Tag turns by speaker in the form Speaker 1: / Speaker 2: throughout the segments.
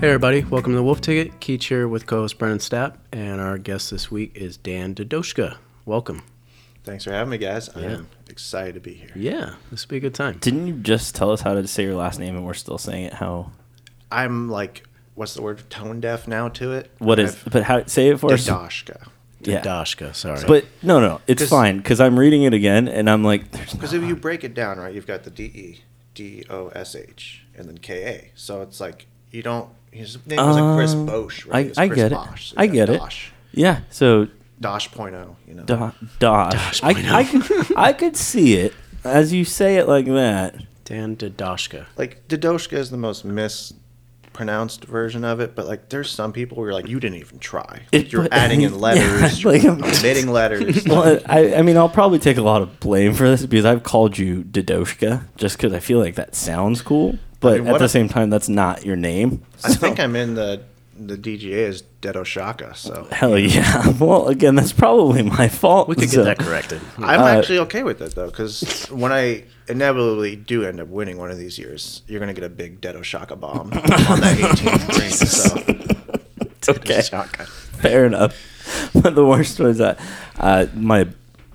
Speaker 1: Hey everybody, welcome to Wolf Ticket. Keach here with co-host Brennan Stapp, and our guest this week is Dan Dadoshka. Welcome.
Speaker 2: Thanks for having me, guys. I'm excited to be here.
Speaker 1: Yeah, this will be a good time.
Speaker 3: Didn't you just tell us how to say your last name and we're still saying it how
Speaker 2: I'm like, what's the word? Tone deaf now to it.
Speaker 3: what is but how say it for us.
Speaker 2: Dadoshka?
Speaker 3: Yeah.
Speaker 1: Dadoshka, sorry.
Speaker 3: But no, no, it's
Speaker 2: 'Cause-
Speaker 3: fine cuz I'm reading it again and I'm like there's
Speaker 2: Because if you break it down, right, you've got the D E D O S H and then K A. So it's like you don't. His name was like Chris
Speaker 3: Um,
Speaker 2: Bosch,
Speaker 3: I-
Speaker 2: right? It's
Speaker 3: I
Speaker 2: Chris
Speaker 3: get it.
Speaker 2: Bosch, so
Speaker 3: I
Speaker 2: you got
Speaker 3: get it.
Speaker 2: Dosh.
Speaker 3: yeah, so
Speaker 2: Dosh point oh, you know.
Speaker 3: da, dosh. I,
Speaker 1: point
Speaker 3: I could I could see it as you say it like that.
Speaker 1: Dan Dadoshka.
Speaker 2: Like Dadoshka is the most mispronounced version of it, but like there's some people where you're like you didn't even try. Like,
Speaker 3: It-
Speaker 2: you're
Speaker 3: but-
Speaker 2: adding in
Speaker 3: yeah,
Speaker 2: letters,
Speaker 3: like,
Speaker 2: you're
Speaker 3: I'm-
Speaker 2: omitting letters.
Speaker 3: Well, I, I mean, I'll probably take a lot of blame for this because I've called you Dadoshka just because I feel like that sounds cool, but
Speaker 2: mean,
Speaker 3: at
Speaker 2: what
Speaker 3: the
Speaker 2: a-
Speaker 3: same time, that's not your name.
Speaker 2: I think I'm in the the DGA is Dedoshaka, so
Speaker 3: Hell yeah. Well, again, that's probably my fault.
Speaker 1: We could get
Speaker 3: so-
Speaker 1: that corrected.
Speaker 2: I'm
Speaker 3: Uh,
Speaker 2: actually okay with it though, because when I inevitably do end up winning one of these years, you're gonna get a big Dedo Shaka bomb um, on that 18th green. So
Speaker 3: Okay.
Speaker 2: Shaka.
Speaker 3: Fair enough. But the worst was that uh, my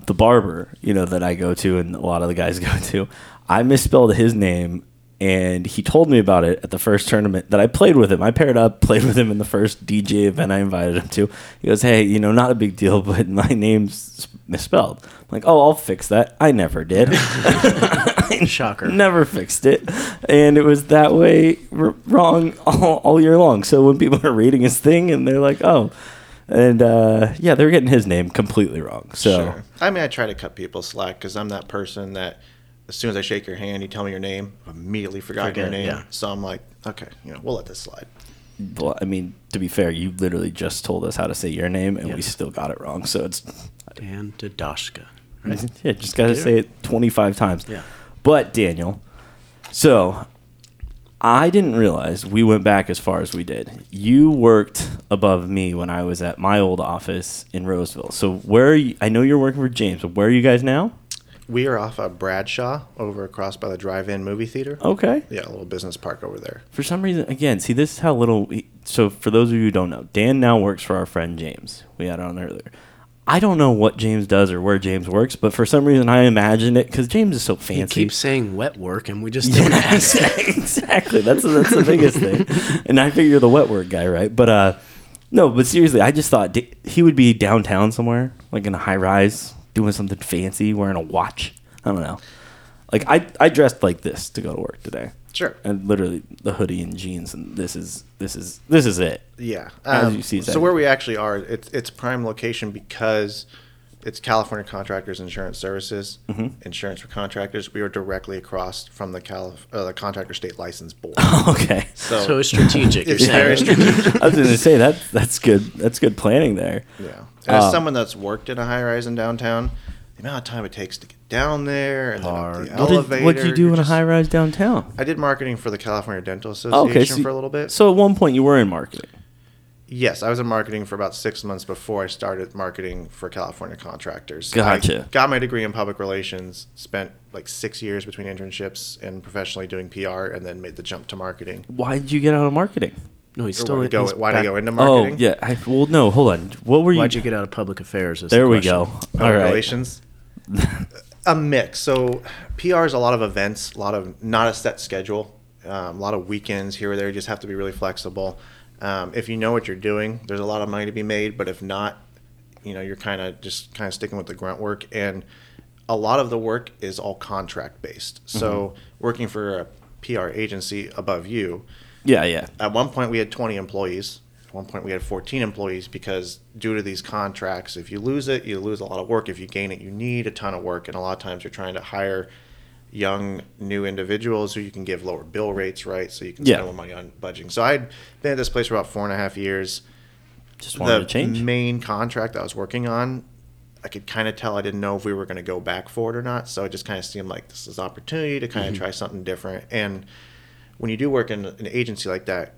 Speaker 3: the barber, you know, that I go to and a lot of the guys go to, I misspelled his name and he told me about it at the first tournament that I played with him. I paired up, played with him in the first DJ event I invited him to. He goes, "Hey, you know, not a big deal, but my name's misspelled." I'm like, "Oh, I'll fix that. I never did."
Speaker 1: Shocker.
Speaker 3: Never fixed it, and it was that way r- wrong all, all year long. So when people are reading his thing and they're like, "Oh," and uh, yeah, they're getting his name completely wrong. So
Speaker 2: Sure. I mean, I try to cut people slack because I'm that person that as soon as I shake your hand, you tell me your name, I've immediately forgotten your
Speaker 1: Forget,
Speaker 2: name.
Speaker 1: yeah.
Speaker 2: So I'm like, okay, you know, we'll let this slide.
Speaker 3: well, I mean, to be fair, you literally just told us how to say your name, and we still got it wrong. So it's
Speaker 1: Dan Dadoshka.
Speaker 3: yeah, just gotta
Speaker 1: Yeah.
Speaker 3: say it twenty five times.
Speaker 1: Yeah.
Speaker 3: But Daniel, so I didn't realize we went back as far as we did. You worked above me when I was at my old office in Roseville. So where are you, I know you're working for James, but where are you guys now?
Speaker 2: We are off of Bradshaw over across by the drive-in movie theater.
Speaker 3: Okay.
Speaker 2: Yeah, a little business park over there.
Speaker 3: For some reason, again, see this is how little. We, so for those of you who don't know, Dan now works for our friend James. We had on earlier. I don't know what James does or where James works, but for some reason I imagined it because James is so
Speaker 1: He
Speaker 3: fancy.
Speaker 1: keeps saying wet work, and we just don't ask.
Speaker 3: exactly. That's that's the biggest thing. And I figure you're the wet work guy, right? But uh, no. But seriously, I just thought d- he would be downtown somewhere, like in a high rise, doing something fancy, wearing a watch. I don't know. Like I, I dressed like this to go to work today,
Speaker 2: Sure.
Speaker 3: and literally the hoodie and jeans, and this is this is this is it.
Speaker 2: Yeah.
Speaker 3: As
Speaker 2: Um,
Speaker 3: you see
Speaker 2: so
Speaker 3: that.
Speaker 2: where we actually are, it's it's prime location because it's California Contractors Insurance Services,
Speaker 3: Mm-hmm.
Speaker 2: insurance for contractors. We are directly across from the Calif- uh, the Contractor State License Board.
Speaker 3: Okay,
Speaker 2: So,
Speaker 1: So it's strategic. You're
Speaker 2: it's very
Speaker 1: saying.
Speaker 2: strategic.
Speaker 3: I was going to say that that's good. That's good planning there.
Speaker 2: yeah. And
Speaker 3: Um,
Speaker 2: as someone that's worked in a high rise in downtown, the amount of time it takes to get down there and then up
Speaker 1: Hard.
Speaker 2: the
Speaker 3: What
Speaker 2: elevator.
Speaker 3: did, what did you do
Speaker 2: you're
Speaker 3: in a
Speaker 2: just-
Speaker 3: high rise downtown?
Speaker 2: I did marketing for the California Dental
Speaker 3: Oh,
Speaker 2: Association
Speaker 3: okay, so,
Speaker 2: for a little bit.
Speaker 3: so at one point you were in marketing.
Speaker 2: Yes, I was in marketing for about six months before I started marketing for California contractors.
Speaker 3: Gotcha.
Speaker 2: I got my degree in public relations, spent like six years between internships and professionally doing PR, and then made the jump to marketing.
Speaker 3: Why did you get out of marketing?
Speaker 1: No, he's
Speaker 2: Or
Speaker 1: still
Speaker 2: why
Speaker 1: in-
Speaker 2: go-
Speaker 1: he's
Speaker 2: why did I
Speaker 1: back-
Speaker 2: go into marketing?
Speaker 3: Oh yeah. I, well, no. Hold on. What were you?
Speaker 1: Why'd you get out of public affairs? is the
Speaker 3: there we
Speaker 1: question.
Speaker 3: go. All
Speaker 2: Public
Speaker 3: right.
Speaker 2: relations. a mix. So PR is a lot of events, a lot of not a set schedule, um, a lot of weekends here or there. You just have to be really flexible. Um, if you know what you're doing, there's a lot of money to be made. But if not, you know you're kind of just kind of sticking with the grunt work. And a lot of the work is all contract based. So working for a PR agency above you,
Speaker 3: Yeah, yeah.
Speaker 2: at one point we had 20 employees at one point we had 14 employees because due to these contracts if you lose it you lose a lot of work if you gain it you need a ton of work and a lot of times you're trying to hire young new individuals who you can give lower bill rates right so you can
Speaker 3: Yeah.
Speaker 2: spend more money on budgeting so i'd been at this place for about four and a half years
Speaker 3: Just wanted
Speaker 2: the
Speaker 3: to
Speaker 1: mm-hmm.
Speaker 3: change.
Speaker 2: main contract i was working on i could kind of tell i didn't know if we were going to go back for it or not so it just kind of seemed like this is an opportunity to kind
Speaker 3: Mm-hmm.
Speaker 2: of try something different and when you do work in an agency like that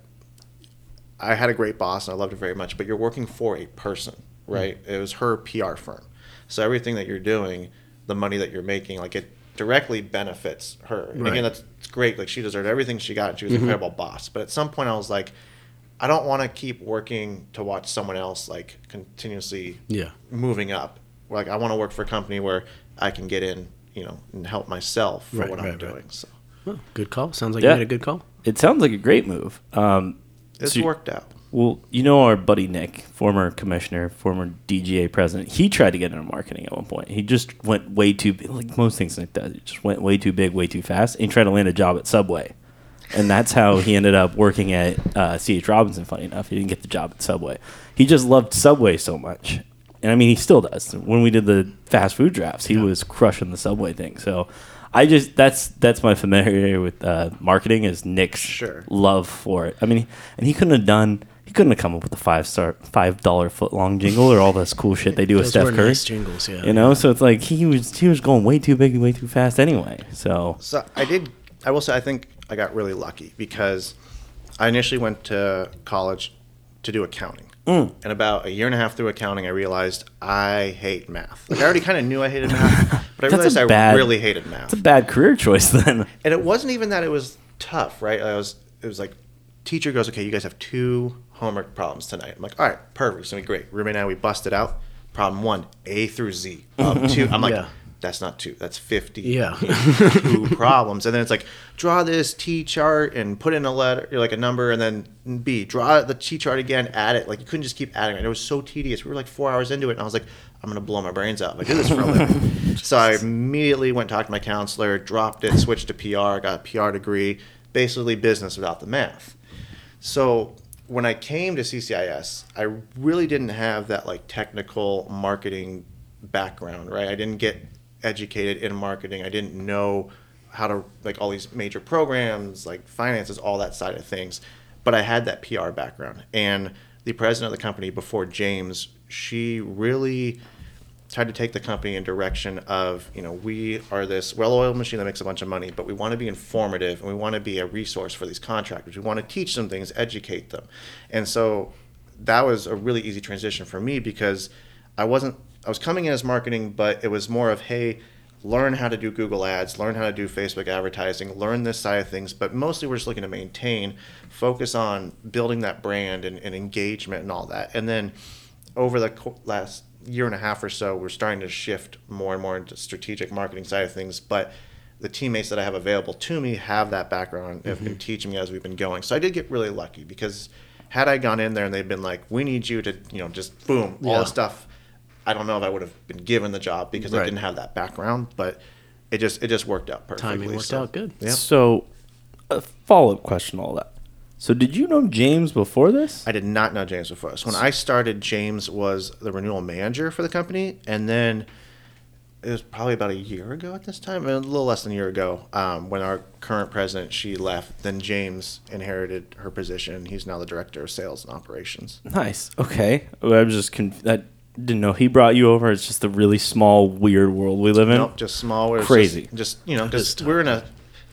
Speaker 2: I had a great boss and I loved her very much, but you're working for a person,
Speaker 1: Hmm.
Speaker 2: right? It was her PR firm. So everything that you're doing, the money that you're making, like it directly benefits her.
Speaker 1: Right.
Speaker 2: And
Speaker 1: Mm-hmm.
Speaker 2: Again, that's it's great. Like she deserved everything she got. and She was an incredible boss. But at some point I was like, I don't want to keep working to watch someone else like continuously
Speaker 1: Yeah.
Speaker 2: moving up. Like I want to work for a company where I can get in, you know, and help myself for
Speaker 1: Right,
Speaker 2: what I'm
Speaker 1: right, right.
Speaker 2: doing. So
Speaker 1: Well, good call. Sounds like
Speaker 3: Yeah.
Speaker 1: you made a good call.
Speaker 3: It sounds like a great move. Um,
Speaker 2: it's
Speaker 3: So you-
Speaker 2: worked out.
Speaker 3: well, you know our buddy Nick, former commissioner, former DGA president. He tried to get into marketing at one point. He just went way too big, like most things Nick does. He just went way too big, way too fast, and he tried to land a job at Subway. And that's how he ended up working at uh, C.H. Robinson. Funny enough, he didn't get the job at Subway. He just loved Subway so much, and I mean, he still does. When we did the fast food drafts, he was crushing the Subway thing. So, I just that's that's my familiarity with uh, marketing is Nick's
Speaker 2: Sure.
Speaker 3: love for it. I mean, and he couldn't have done. He couldn't have come up with a five star, five dollar foot long jingle or all this cool shit they do with
Speaker 1: Those
Speaker 3: Steph
Speaker 1: were
Speaker 3: Curry.
Speaker 1: nice jingles, yeah.
Speaker 3: You know, so it's like he was he was going way too big, and way too fast anyway. So
Speaker 2: So I did. I will say I think I got really lucky because I initially went to college to do accounting,
Speaker 3: Mm.
Speaker 2: and about a year and a half through accounting, I realized I hate math. Like I already kind of knew I hated math, but I
Speaker 3: That's a
Speaker 2: realized I
Speaker 3: bad-
Speaker 2: really hated math.
Speaker 3: it's a bad career choice then.
Speaker 2: and it wasn't even that it was tough, right? I was. It was like teacher goes, okay, you guys have two homework problems tonight. I'm like, all right, perfect, it's gonna be great. Roommate and I we busted out problem one, A through Z. Problem two, I'm like.
Speaker 1: Yeah.
Speaker 2: That's not two. That's fifty
Speaker 1: Yeah.
Speaker 2: two problems, and then it's like draw this T chart and put in a letter, or like a number, and then B draw the T chart again, add it. Like you couldn't just keep adding it. It was so tedious. We were like four hours into it, and I was like, I'm gonna blow my brains out if I do this for a living. so I immediately went talked to my counselor, dropped it, switched to PR, got a PR degree, basically business without the math. So when I came to CCIS, I really didn't have that like technical marketing background, right? I didn't get educated in marketing. I didn't know how to like all these major programs, like finances, all that side of things. But I had that PR background. And the president of the company before James, she really tried to take the company in direction of you know we are this well-oiled machine that makes a bunch of money but we want to be informative and we want to be a resource for these contractors we want to teach them things educate them and so that was a really easy transition for me because i wasn't i was coming in as marketing but it was more of hey learn how to do google ads learn how to do facebook advertising learn this side of things but mostly we're just looking to maintain focus on building that brand and, and engagement and all that and then over the co- last year and a half or so, we're starting to shift more and more into strategic marketing side of things. But the teammates that I have available to me have that background and
Speaker 1: Mm-hmm.
Speaker 2: have been teaching me as we've been going. So I did get really lucky because had I gone in there and they'd been like, "We need you to," you know, just boom, all
Speaker 1: Yeah.
Speaker 2: this stuff. I don't know if I would have been given the job because I
Speaker 1: Right.
Speaker 2: didn't have that background, but it just it just worked out perfectly.
Speaker 1: Timing worked
Speaker 2: so-
Speaker 1: out good.
Speaker 2: uh, Yeah.
Speaker 3: So, a follow up question, all that. So, did you know James before this?
Speaker 2: I did not know James before. So when I started, James was the renewal manager for the company, and then it was probably about a year ago at this time, a little less than a year ago, um, when our current president she left. Then James inherited her position. He's now the director of sales and operations.
Speaker 3: nice. Okay. Well, I was just conf- I didn't know he brought you over. It's just the really small, weird world we live in.
Speaker 2: Nope, just small. It's
Speaker 3: Crazy.
Speaker 2: Just, just, you know, just
Speaker 1: stuff.
Speaker 2: we're in a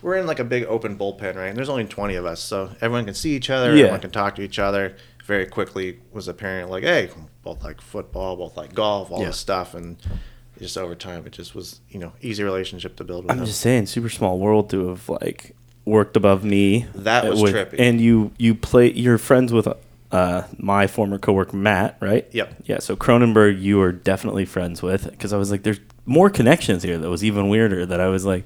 Speaker 2: we're in like a big open bullpen, right? And there's only 20 of us, so everyone can see each other.
Speaker 3: Yeah.
Speaker 2: Everyone can talk to each other. Very quickly was apparent, like, hey, both like football, both like golf, all
Speaker 1: Yeah.
Speaker 2: this stuff, and just over time, it just was you know easy relationship to build with.
Speaker 3: I'm
Speaker 2: them.
Speaker 3: just saying, super small world to have like worked above me.
Speaker 2: That was
Speaker 3: with-
Speaker 2: trippy.
Speaker 3: And you you play. You're friends with uh, my former coworker Matt, right?
Speaker 2: Yep.
Speaker 3: Yeah. So Cronenberg, you were definitely friends with because I was like, there's more connections here. That was even weirder. That I was like,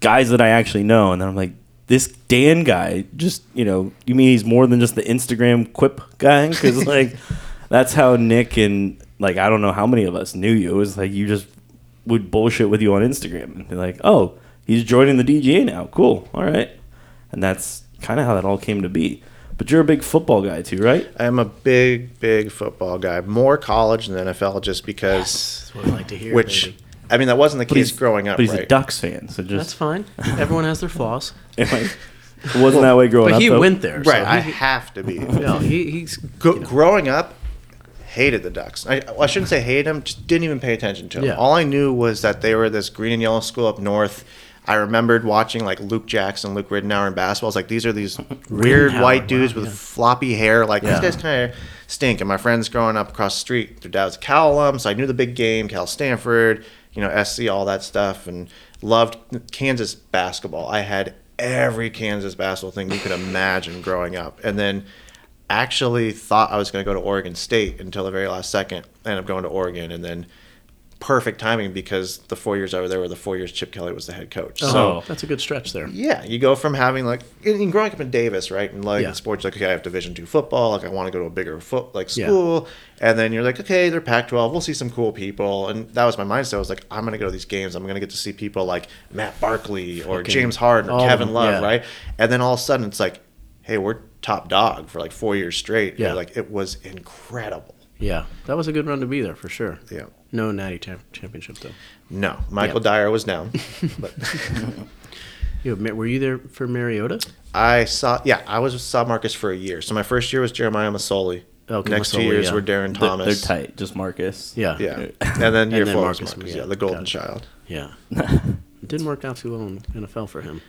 Speaker 3: guys that I actually know, and then I'm like. This Dan guy, just you know, you mean he's more than just the Instagram quip guy? Because like, that's how Nick and like I don't know how many of us knew you. It was like you just would bullshit with you on Instagram and be like, "Oh, he's joining the DGA now. Cool. All right." And that's kind of how that all came to be. But you're a big football guy too, right?
Speaker 2: I'm a big, big football guy, more college than NFL, just because.
Speaker 1: That's what I like to hear.
Speaker 2: Which,
Speaker 1: baby.
Speaker 2: I mean, that wasn't the case growing up,
Speaker 3: But he's a
Speaker 2: right?
Speaker 3: Ducks fan, so
Speaker 1: That's
Speaker 3: just
Speaker 1: fine. Everyone has their flaws.
Speaker 3: anyway, it wasn't that way growing
Speaker 1: But
Speaker 3: up.
Speaker 1: he
Speaker 3: though.
Speaker 1: went there.
Speaker 2: right,
Speaker 1: So
Speaker 2: I
Speaker 1: he,
Speaker 2: have to be.
Speaker 1: no, he, he's
Speaker 2: Gr- Growing up, hated the Ducks. I, I shouldn't say hated them; just didn't even pay attention to them.
Speaker 1: Yeah.
Speaker 2: All I knew was that they were this green and yellow school up north. I remembered watching like Luke Jackson, Luke Ridenour in basketball. I was like, these are these weird
Speaker 1: Ridenour,
Speaker 2: white
Speaker 1: wow,
Speaker 2: dudes with floppy hair. Like
Speaker 1: Yeah.
Speaker 2: these guys kind of stink. And my friends growing up across the street, their dad was a Cal alum, so I knew the big game, Cal Stanford, you know, SC, all that stuff, and loved Kansas basketball. I had every Kansas basketball thing you could imagine growing up, and then actually thought I was going to go to Oregon State until the very last second. Ended up going to Oregon, and then perfect timing because the four years I was there were the four years Chip Kelly was the head coach.
Speaker 1: Oh,
Speaker 2: So
Speaker 1: that's a good stretch there.
Speaker 2: yeah, you go from having like and and growing up in Davis, right, and like
Speaker 1: Yeah.
Speaker 2: in sports, like okay, I have Division two football, like I want to go to a bigger foot like
Speaker 1: Yeah.
Speaker 2: school, and then you're like, okay, they're Pac twelve, we'll see some cool people, and that was my mindset. I was like, I'm gonna go to these games, I'm gonna get to see people like Matt Barkley or
Speaker 1: Fucking
Speaker 2: James Harden
Speaker 1: all
Speaker 2: or
Speaker 1: of
Speaker 2: Kevin
Speaker 1: them,
Speaker 2: Love,
Speaker 1: yeah.
Speaker 2: right, and then all of a sudden it's like, hey, we're top dog for like four years straight.
Speaker 1: Yeah.
Speaker 2: like it was incredible.
Speaker 1: Yeah, that was a good run to be there for sure.
Speaker 2: Yeah.
Speaker 1: No natty tam- championship though.
Speaker 2: No, Michael Dyer was down, but
Speaker 1: You admit, were you there for Mariota?
Speaker 2: I saw, yeah, I was with saw Marcus for a year. So my first year was Jeremiah Masoli.
Speaker 1: Okay,
Speaker 2: Next two
Speaker 1: Masoli,
Speaker 2: years
Speaker 1: yeah.
Speaker 2: were Darren
Speaker 3: They're-
Speaker 2: Thomas.
Speaker 3: They're tight. Just Marcus.
Speaker 1: Yeah.
Speaker 2: Yeah, and then year
Speaker 1: then
Speaker 2: four
Speaker 1: Marcus
Speaker 2: was Marcus.
Speaker 1: was-
Speaker 2: Yeah,
Speaker 1: yeah,
Speaker 2: the golden
Speaker 1: got it.
Speaker 2: child.
Speaker 1: Yeah. it didn't work out too well in NFL for him.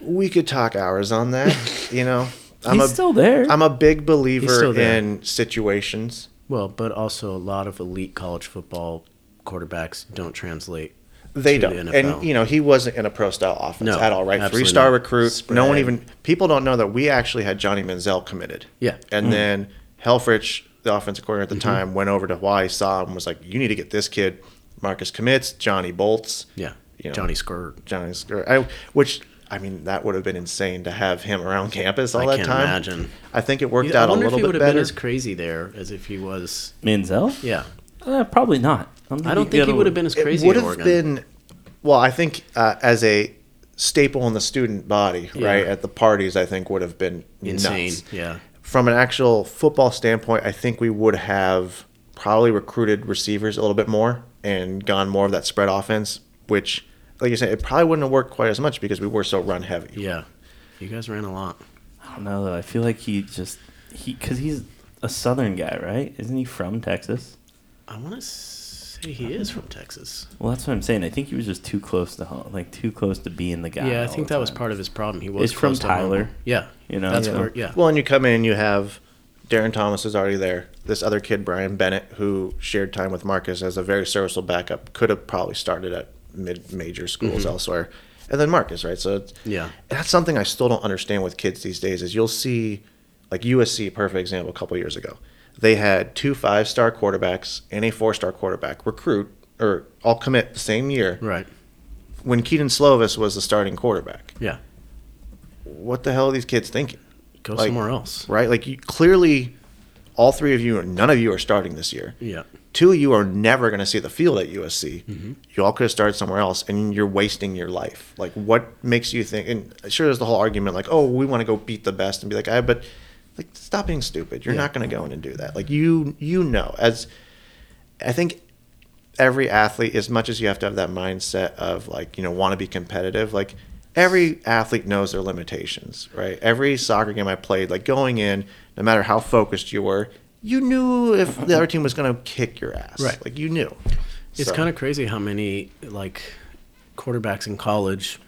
Speaker 2: We could talk hours on that. you know, I'm
Speaker 3: He's
Speaker 2: a
Speaker 3: still there.
Speaker 2: am a big
Speaker 1: still
Speaker 2: believer
Speaker 1: there.
Speaker 2: in situations.
Speaker 1: Well, but also a lot of elite college football quarterbacks don't translate.
Speaker 2: They
Speaker 1: to
Speaker 2: don't,
Speaker 1: The NFL.
Speaker 2: and you know, he wasn't in a pro style offense
Speaker 1: No,
Speaker 2: at all. Right,
Speaker 1: absolutely
Speaker 2: three star
Speaker 1: not.
Speaker 2: recruit. No
Speaker 1: Spread.
Speaker 2: one even people don't know that we actually had Johnny Manziel committed.
Speaker 1: Yeah.
Speaker 2: and then Helfrich, the offensive coordinator at the
Speaker 1: Mm-hmm.
Speaker 2: time, went over to Hawaii, saw him, and was like, "You need to get this kid." Marcus commits. Johnny bolts.
Speaker 1: yeah,
Speaker 2: you know.
Speaker 1: Johnny Skirt.
Speaker 2: Johnny's, or I, which I mean, that would have been insane to have him around campus all
Speaker 1: I
Speaker 2: that
Speaker 1: can't
Speaker 2: time.
Speaker 1: imagine.
Speaker 2: I think it worked
Speaker 1: I
Speaker 2: out a
Speaker 1: wonder if
Speaker 2: little
Speaker 1: he would
Speaker 2: bit
Speaker 1: have been
Speaker 2: better.
Speaker 1: as crazy there as if he was.
Speaker 3: Manziel?
Speaker 1: Yeah,
Speaker 3: Uh, probably not.
Speaker 1: I don't think he would have been as
Speaker 2: it
Speaker 1: crazy.
Speaker 2: would
Speaker 1: at
Speaker 2: have
Speaker 1: Oregon.
Speaker 2: been, well, I think uh, as a staple in the student body, right at the parties, I think would have been
Speaker 1: insane.
Speaker 2: Nuts.
Speaker 1: Yeah,
Speaker 2: From an actual football standpoint, I think we would have probably recruited receivers a little bit more and gone more of that spread offense, which. Like you said, it probably wouldn't have worked quite as much because we were so run heavy.
Speaker 1: yeah. You guys ran a lot.
Speaker 3: I don't know though. I feel like he just he because he's a Southern guy, right? Isn't he from Texas?
Speaker 1: I want to say he is from Texas.
Speaker 3: Well, that's what I'm saying. I think he was just too close to home, like too close to being the guy.
Speaker 1: Yeah, I think that was
Speaker 3: part.
Speaker 1: part of his problem. He was
Speaker 3: He's from
Speaker 1: close to home.
Speaker 3: Tyler.
Speaker 1: Yeah,
Speaker 3: You know,
Speaker 1: that's
Speaker 3: so-
Speaker 1: where. Yeah,
Speaker 2: Well, and you come in, you have Darren Thomas is already there. This other kid, Brian Bennett, who shared time with Marcus as a very serviceable backup, could have probably started at mid-major schools elsewhere. And then Marcus, right? So it's,
Speaker 1: Mm-hmm. Yeah.
Speaker 2: that's something I still don't understand with kids these days. Is you'll see, like USC, perfect example, a couple years ago, they had two five-star quarterbacks and a four-star quarterback recruit or all commit the same year.
Speaker 1: right.
Speaker 2: When Keaton Slovis was the starting quarterback,
Speaker 1: Yeah,
Speaker 2: what the hell are these kids thinking?
Speaker 1: go
Speaker 2: Like,
Speaker 1: somewhere else.
Speaker 2: right? Like you clearly, all three of you, none of you are starting this year.
Speaker 1: Yeah,
Speaker 2: Two of you are never going to see the field at USC. You all could have started somewhere else, and you're wasting your life. Like, what makes you think? And sure, there's the whole argument, like, oh, we want to go beat the best and be like, I, but like, stop being stupid. You're
Speaker 1: Yeah.
Speaker 2: not going to go in and do that. Like, you, you know, as I think every athlete, as much as you have to have that mindset of like, you know, want to be competitive, like every athlete knows their limitations, right? Every soccer game I played, like going in, no matter how focused you were, you knew if the other team was going to kick your ass.
Speaker 1: Right.
Speaker 2: Like you knew.
Speaker 1: it's kind of crazy how many like quarterbacks in college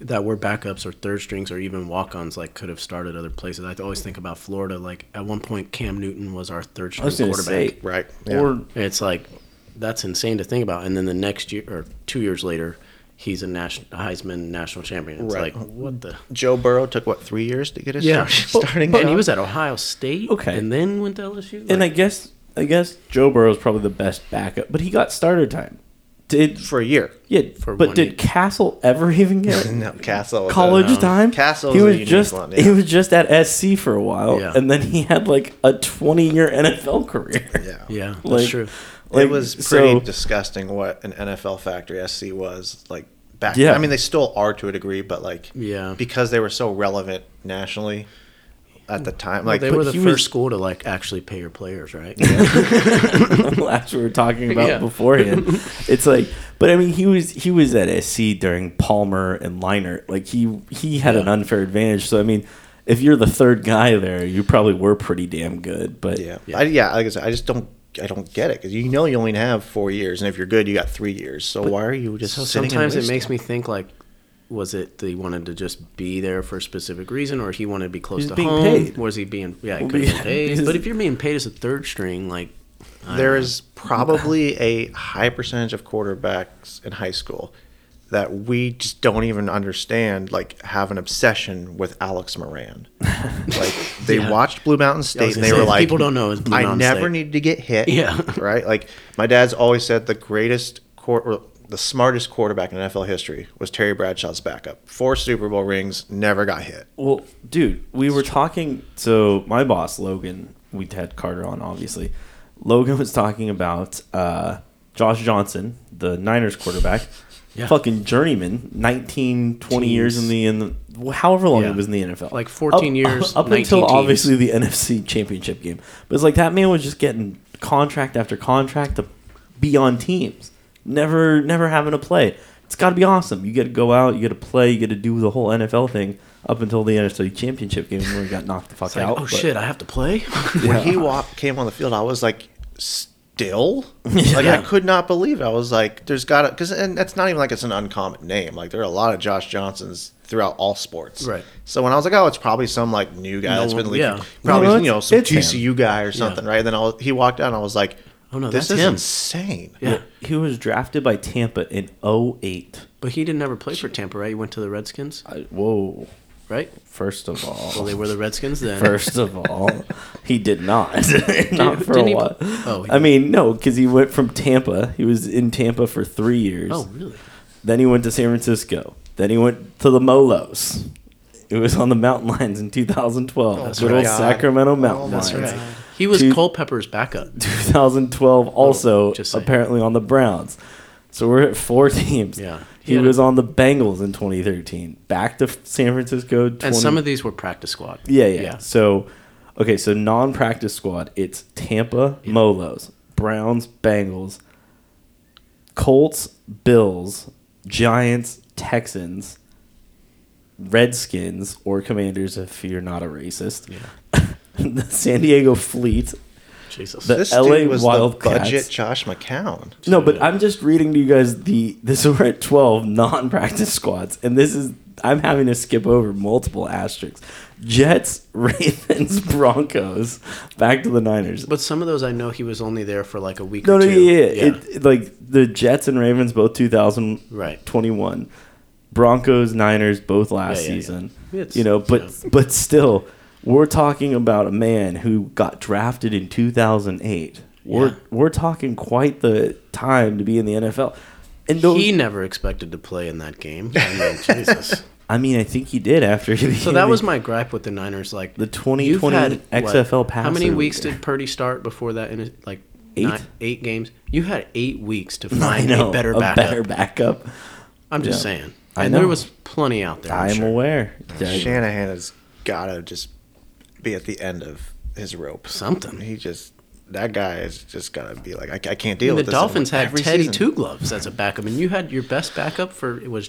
Speaker 1: that were backups or third strings or even walk-ons like could have started other places. I always think about Florida. Like at one point, Cam Newton was our third
Speaker 3: I was
Speaker 1: string
Speaker 3: gonna
Speaker 1: quarterback.
Speaker 3: say,
Speaker 2: Right.
Speaker 3: or
Speaker 1: It's like that's insane to think about. And then the next year or two years later, he's a national Heisman national champion. It's
Speaker 2: Right.
Speaker 1: like what the
Speaker 2: Joe Burrow took what three years to get his
Speaker 1: yeah
Speaker 2: start- starting.
Speaker 1: and he
Speaker 2: job?
Speaker 1: was at Ohio State.
Speaker 3: Okay.
Speaker 1: and then went to LSU.
Speaker 3: and I
Speaker 1: Like,
Speaker 3: guess I guess Joe Burrow's probably the best backup, but he got starter time. Did
Speaker 2: for a year.
Speaker 3: yeah,
Speaker 1: For
Speaker 3: but
Speaker 1: one
Speaker 3: did
Speaker 1: year.
Speaker 3: Castle ever even get
Speaker 2: No, Castle.
Speaker 3: college time?
Speaker 2: Castle
Speaker 3: he
Speaker 2: is a
Speaker 3: was
Speaker 2: unique
Speaker 3: just
Speaker 2: one,
Speaker 3: he
Speaker 2: yeah.
Speaker 3: was just at SC for a while,
Speaker 1: Yeah.
Speaker 3: and then he had like a twenty year NFL career.
Speaker 2: Yeah.
Speaker 1: yeah, that's
Speaker 3: Like-
Speaker 1: true.
Speaker 3: Like,
Speaker 2: it was
Speaker 3: so-
Speaker 2: pretty disgusting what an NFL factory SC was like back.
Speaker 3: Yeah.
Speaker 2: I mean, they still are to a degree, but like
Speaker 1: Yeah.
Speaker 2: because they were so relevant nationally at the time. Like
Speaker 1: they
Speaker 3: but
Speaker 1: were the
Speaker 3: he
Speaker 1: first
Speaker 3: was-
Speaker 1: school to like actually pay your players, right?
Speaker 3: last we were talking about
Speaker 1: Yeah.
Speaker 3: beforehand. It's like, but I mean, he was he was at SC during Palmer and Leinart. Like he he had an unfair advantage. So I mean, if you're the third guy there, you probably were pretty damn good. But
Speaker 2: yeah, I, yeah. Like I said, I just don't. I don't get it because you know you only have four years, and if you're good, you got three years. So why are you just
Speaker 1: So
Speaker 2: sitting and
Speaker 1: sometimes it
Speaker 2: wasting?
Speaker 1: makes me think like, was it that he wanted to just be there for a specific reason, or he wanted to be close
Speaker 3: He's
Speaker 1: to
Speaker 3: being
Speaker 1: home?
Speaker 3: paid.
Speaker 1: Was he being yeah? He
Speaker 3: Well,
Speaker 1: could
Speaker 3: yeah,
Speaker 1: have been paid.
Speaker 3: he's-
Speaker 1: But if you're being paid as a third string, like I
Speaker 2: There
Speaker 1: don't
Speaker 2: is probably a high percentage of quarterbacks in high school that we just don't even understand, like have an obsession with Alex Moran. like they
Speaker 1: Yeah.
Speaker 2: watched Blue Mountain
Speaker 1: I was
Speaker 2: State and
Speaker 1: gonna
Speaker 2: they
Speaker 1: say,
Speaker 2: were
Speaker 1: if
Speaker 2: like,
Speaker 1: people don't know it's Blue
Speaker 2: I
Speaker 1: Mountain
Speaker 2: never
Speaker 1: State."
Speaker 2: needed to get hit.
Speaker 1: Yeah.
Speaker 2: right. Like my dad's always said, the greatest court. Or, the smartest quarterback in NFL history was Terry Bradshaw's backup. Four Super Bowl rings, never got hit.
Speaker 3: Well, dude, we were talking. So my boss Logan, we had Carter on, obviously. Logan was talking about uh, Josh Johnson, the Niners quarterback,
Speaker 1: Yeah.
Speaker 3: fucking journeyman, 19, 20 years in
Speaker 1: Teens.
Speaker 3: the in the, however long
Speaker 1: Yeah.
Speaker 3: he was in the NFL,
Speaker 1: Like 14
Speaker 3: Up-
Speaker 1: years,
Speaker 3: up
Speaker 1: 19
Speaker 3: until
Speaker 1: teams.
Speaker 3: obviously the NFC Championship game. But it's like that man was just getting contract after contract to be on teams, never never having to play. It's got to be awesome. You get to go out, you get to play, you get to do the whole NFL thing up until the NFC Championship game where he got knocked the fuck
Speaker 1: It's like,
Speaker 3: out.
Speaker 1: oh
Speaker 3: but-
Speaker 1: shit, I have to play.
Speaker 2: when
Speaker 3: Yeah.
Speaker 2: he wa- came on the field, I was like, still?
Speaker 3: Yeah.
Speaker 2: Like, I could not believe it. I was like, there's got to, because, and that's not even like it's an uncommon name. Like, there are a lot of Josh Johnsons throughout all sports.
Speaker 1: Right.
Speaker 2: So when I was like, oh, it's probably some like new guy
Speaker 1: No
Speaker 2: that's
Speaker 1: one-
Speaker 2: been leaking,
Speaker 1: yeah.
Speaker 2: probably,
Speaker 3: No,
Speaker 2: you know,
Speaker 3: it's-
Speaker 2: some
Speaker 3: it's him.
Speaker 2: GCU guy or something, right? And then I was, he walked out and I was like,
Speaker 1: Oh, no,
Speaker 2: this
Speaker 1: that's
Speaker 2: is
Speaker 1: him.
Speaker 2: insane.
Speaker 1: Yeah.
Speaker 3: He was drafted by Tampa in 08.
Speaker 1: But he didn't ever play for Tampa, right? He went to the Redskins,
Speaker 3: I, whoa.
Speaker 1: right?
Speaker 3: First of all.
Speaker 1: Well, they were the Redskins then.
Speaker 3: First of all, he did not. not for
Speaker 1: didn't
Speaker 3: a
Speaker 1: he
Speaker 3: while.
Speaker 1: pl- Oh, he
Speaker 3: I mean, no, because he went from Tampa. He was in Tampa for three years.
Speaker 1: Oh, really?
Speaker 3: Then he went to San Francisco. Then he went to the Molos. It was on the mountain lions in 2012.
Speaker 1: that's
Speaker 3: good
Speaker 1: right. Oh,
Speaker 3: old Sacramento Mountain
Speaker 2: that's
Speaker 3: Lions.
Speaker 2: right.
Speaker 1: He was
Speaker 3: Dude.
Speaker 1: Culpepper's backup.
Speaker 3: 2012 also
Speaker 1: just saying.
Speaker 3: apparently on the Browns. So we're at four teams.
Speaker 1: Yeah.
Speaker 3: He
Speaker 1: Yeah.
Speaker 3: was on the Bengals in 2013. Back to San Francisco. 20,
Speaker 1: And some of these were practice squad.
Speaker 3: yeah, yeah, So, okay, so non-practice squad. It's Tampa, Molos, Browns, Bengals, Colts, Bills, Giants, Texans, Redskins, or Commanders if you're not a racist. the San Diego Fleet.
Speaker 1: Jesus.
Speaker 3: The
Speaker 2: This
Speaker 3: LA
Speaker 2: dude was the
Speaker 3: Wildcats.
Speaker 2: budget Josh McCown.
Speaker 3: No, but I'm just reading to you guys the this we're at 12 non-practice squads, and this is I'm having to skip over multiple asterisks. Jets, Ravens, Broncos, back to the Niners.
Speaker 1: but some of those I know he was only there for like a week
Speaker 3: no,
Speaker 1: or
Speaker 3: no,
Speaker 1: two.
Speaker 3: yeah, yeah. It, it- like the Jets and Ravens both 2021. Broncos, Niners both
Speaker 1: Yeah,
Speaker 3: last
Speaker 1: yeah, yeah.
Speaker 3: season.
Speaker 1: It's-
Speaker 3: you know, but but still, we're talking about a man who got drafted in 2008. We're
Speaker 1: Yeah.
Speaker 3: we're talking quite the time to be in the NFL. And those,
Speaker 1: he never expected to play in that game. I
Speaker 2: Oh,
Speaker 1: mean, Jesus.
Speaker 3: I mean, I think he did after he.
Speaker 1: So that was my gripe with the Niners. Like
Speaker 3: The
Speaker 1: you've
Speaker 3: 2020
Speaker 1: had, what,
Speaker 3: XFL
Speaker 1: How many
Speaker 3: passer
Speaker 1: weeks
Speaker 3: leader.
Speaker 1: did Purdy start before that? In a, like
Speaker 3: Eight?
Speaker 1: nine- eight games. You had eight weeks to
Speaker 3: I
Speaker 1: find
Speaker 3: know
Speaker 1: a better backup.
Speaker 3: better backup.
Speaker 1: I'm just
Speaker 3: Yeah.
Speaker 1: saying.
Speaker 3: I
Speaker 1: And
Speaker 3: know.
Speaker 1: there was plenty out there. I'm,
Speaker 3: I'm
Speaker 1: sure.
Speaker 3: aware.
Speaker 2: Shanahan has got to just be at the end of his rope.
Speaker 1: Something.
Speaker 2: He just that guy is just got to be like, I, I can't deal
Speaker 1: And the
Speaker 2: with this.
Speaker 1: Dolphins had
Speaker 2: Every
Speaker 1: Teddy
Speaker 2: season.
Speaker 1: Two Gloves as a backup, and you had your best backup for it was.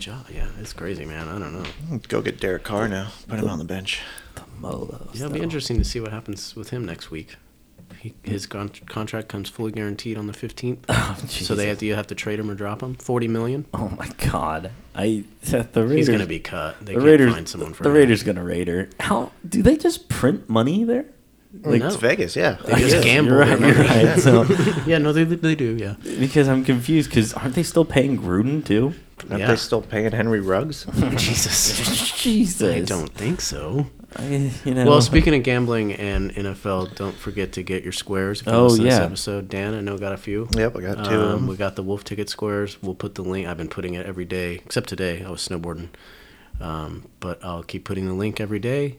Speaker 1: Ja. Yeah, it's crazy, man. I don't know.
Speaker 2: Go get Derek Carr now. Put him on the bench.
Speaker 3: Molos.
Speaker 1: Yeah, it'll be
Speaker 3: though.
Speaker 1: interesting to see what happens with him next week. He, his con- contract comes fully guaranteed on the 15th. so
Speaker 3: Oh, Jesus.
Speaker 1: they have to you have to trade him or drop him. 40 million.
Speaker 3: Oh my god! I the Raiders.
Speaker 1: He's going to be cut. They
Speaker 3: the
Speaker 1: can't
Speaker 3: Raiders.
Speaker 1: find someone for
Speaker 3: the
Speaker 1: him.
Speaker 3: Raiders gonna Raider. How do they just print money there?
Speaker 2: Like
Speaker 1: No.
Speaker 2: Mm, it's Vegas, yeah.
Speaker 1: They just
Speaker 3: Yes,
Speaker 1: gamble.
Speaker 3: You're right.
Speaker 1: their
Speaker 3: You're
Speaker 1: money.
Speaker 3: right. So
Speaker 1: yeah, no, they they do. Yeah.
Speaker 3: because I'm confused because aren't they still paying Gruden too?
Speaker 2: Aren't
Speaker 1: yeah.
Speaker 2: they still paying Henry Ruggs?
Speaker 1: Jesus.
Speaker 3: Jesus,
Speaker 1: I don't think so.
Speaker 3: I- you know,
Speaker 1: Well, speaking of gambling and NFL, don't forget to get your squares. If you
Speaker 3: Oh,
Speaker 1: listen to
Speaker 3: yeah.
Speaker 1: this episode, Dan, I know got a few. Um,
Speaker 2: Yep, I got two of them.
Speaker 1: We got the Wolf Ticket squares. We'll put the link. I've been putting it every day, except today. I was snowboarding, um, but I'll keep putting the link every day.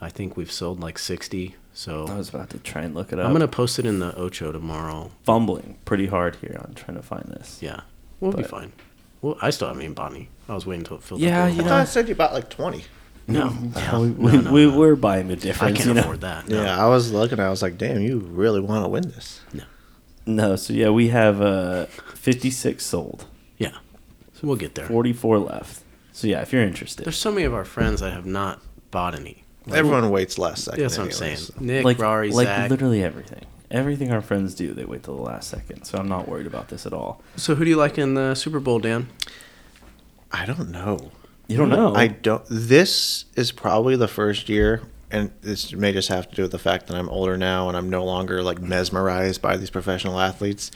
Speaker 1: I think we've sold like sixty. So
Speaker 3: I was about to try and look it up.
Speaker 1: I'm gonna post it in the Ocho tomorrow.
Speaker 3: fumbling pretty hard here on trying to find this.
Speaker 1: Yeah, we'll be
Speaker 3: But-
Speaker 1: fine. Well, I still haven't even bought any. I was waiting until it filled
Speaker 3: Yeah,
Speaker 1: up.
Speaker 2: I
Speaker 3: you
Speaker 1: whole-
Speaker 2: thought I said you bought like twenty.
Speaker 1: no,
Speaker 3: Yeah, we, we,
Speaker 1: no,
Speaker 3: we
Speaker 1: no.
Speaker 3: were buying the
Speaker 1: I
Speaker 3: difference.
Speaker 1: can't
Speaker 3: you know?
Speaker 1: afford that. No.
Speaker 2: Yeah, I was looking. I was like, damn, you really want to win this?
Speaker 1: no.
Speaker 3: No, so yeah, we have uh, 56 sold,
Speaker 1: Yeah. So we'll get there.
Speaker 3: 44 left. So yeah, if you're interested,
Speaker 1: There's so many of our friends that have not bought any.
Speaker 2: Everyone waits last second.
Speaker 1: That's what I'm saying.
Speaker 2: anyways.
Speaker 1: Nick,
Speaker 3: like
Speaker 1: Rari,
Speaker 3: like
Speaker 1: Zach.
Speaker 3: literally everything, everything our friends do, they wait till the last second. So I'm not worried about this at all.
Speaker 1: So who do you like in the Super Bowl, Dan?
Speaker 2: I don't know.
Speaker 3: You don't know.
Speaker 2: I don't. This is probably the first year, and this may just have to do with the fact that I'm older now and I'm no longer like mesmerized by these professional athletes.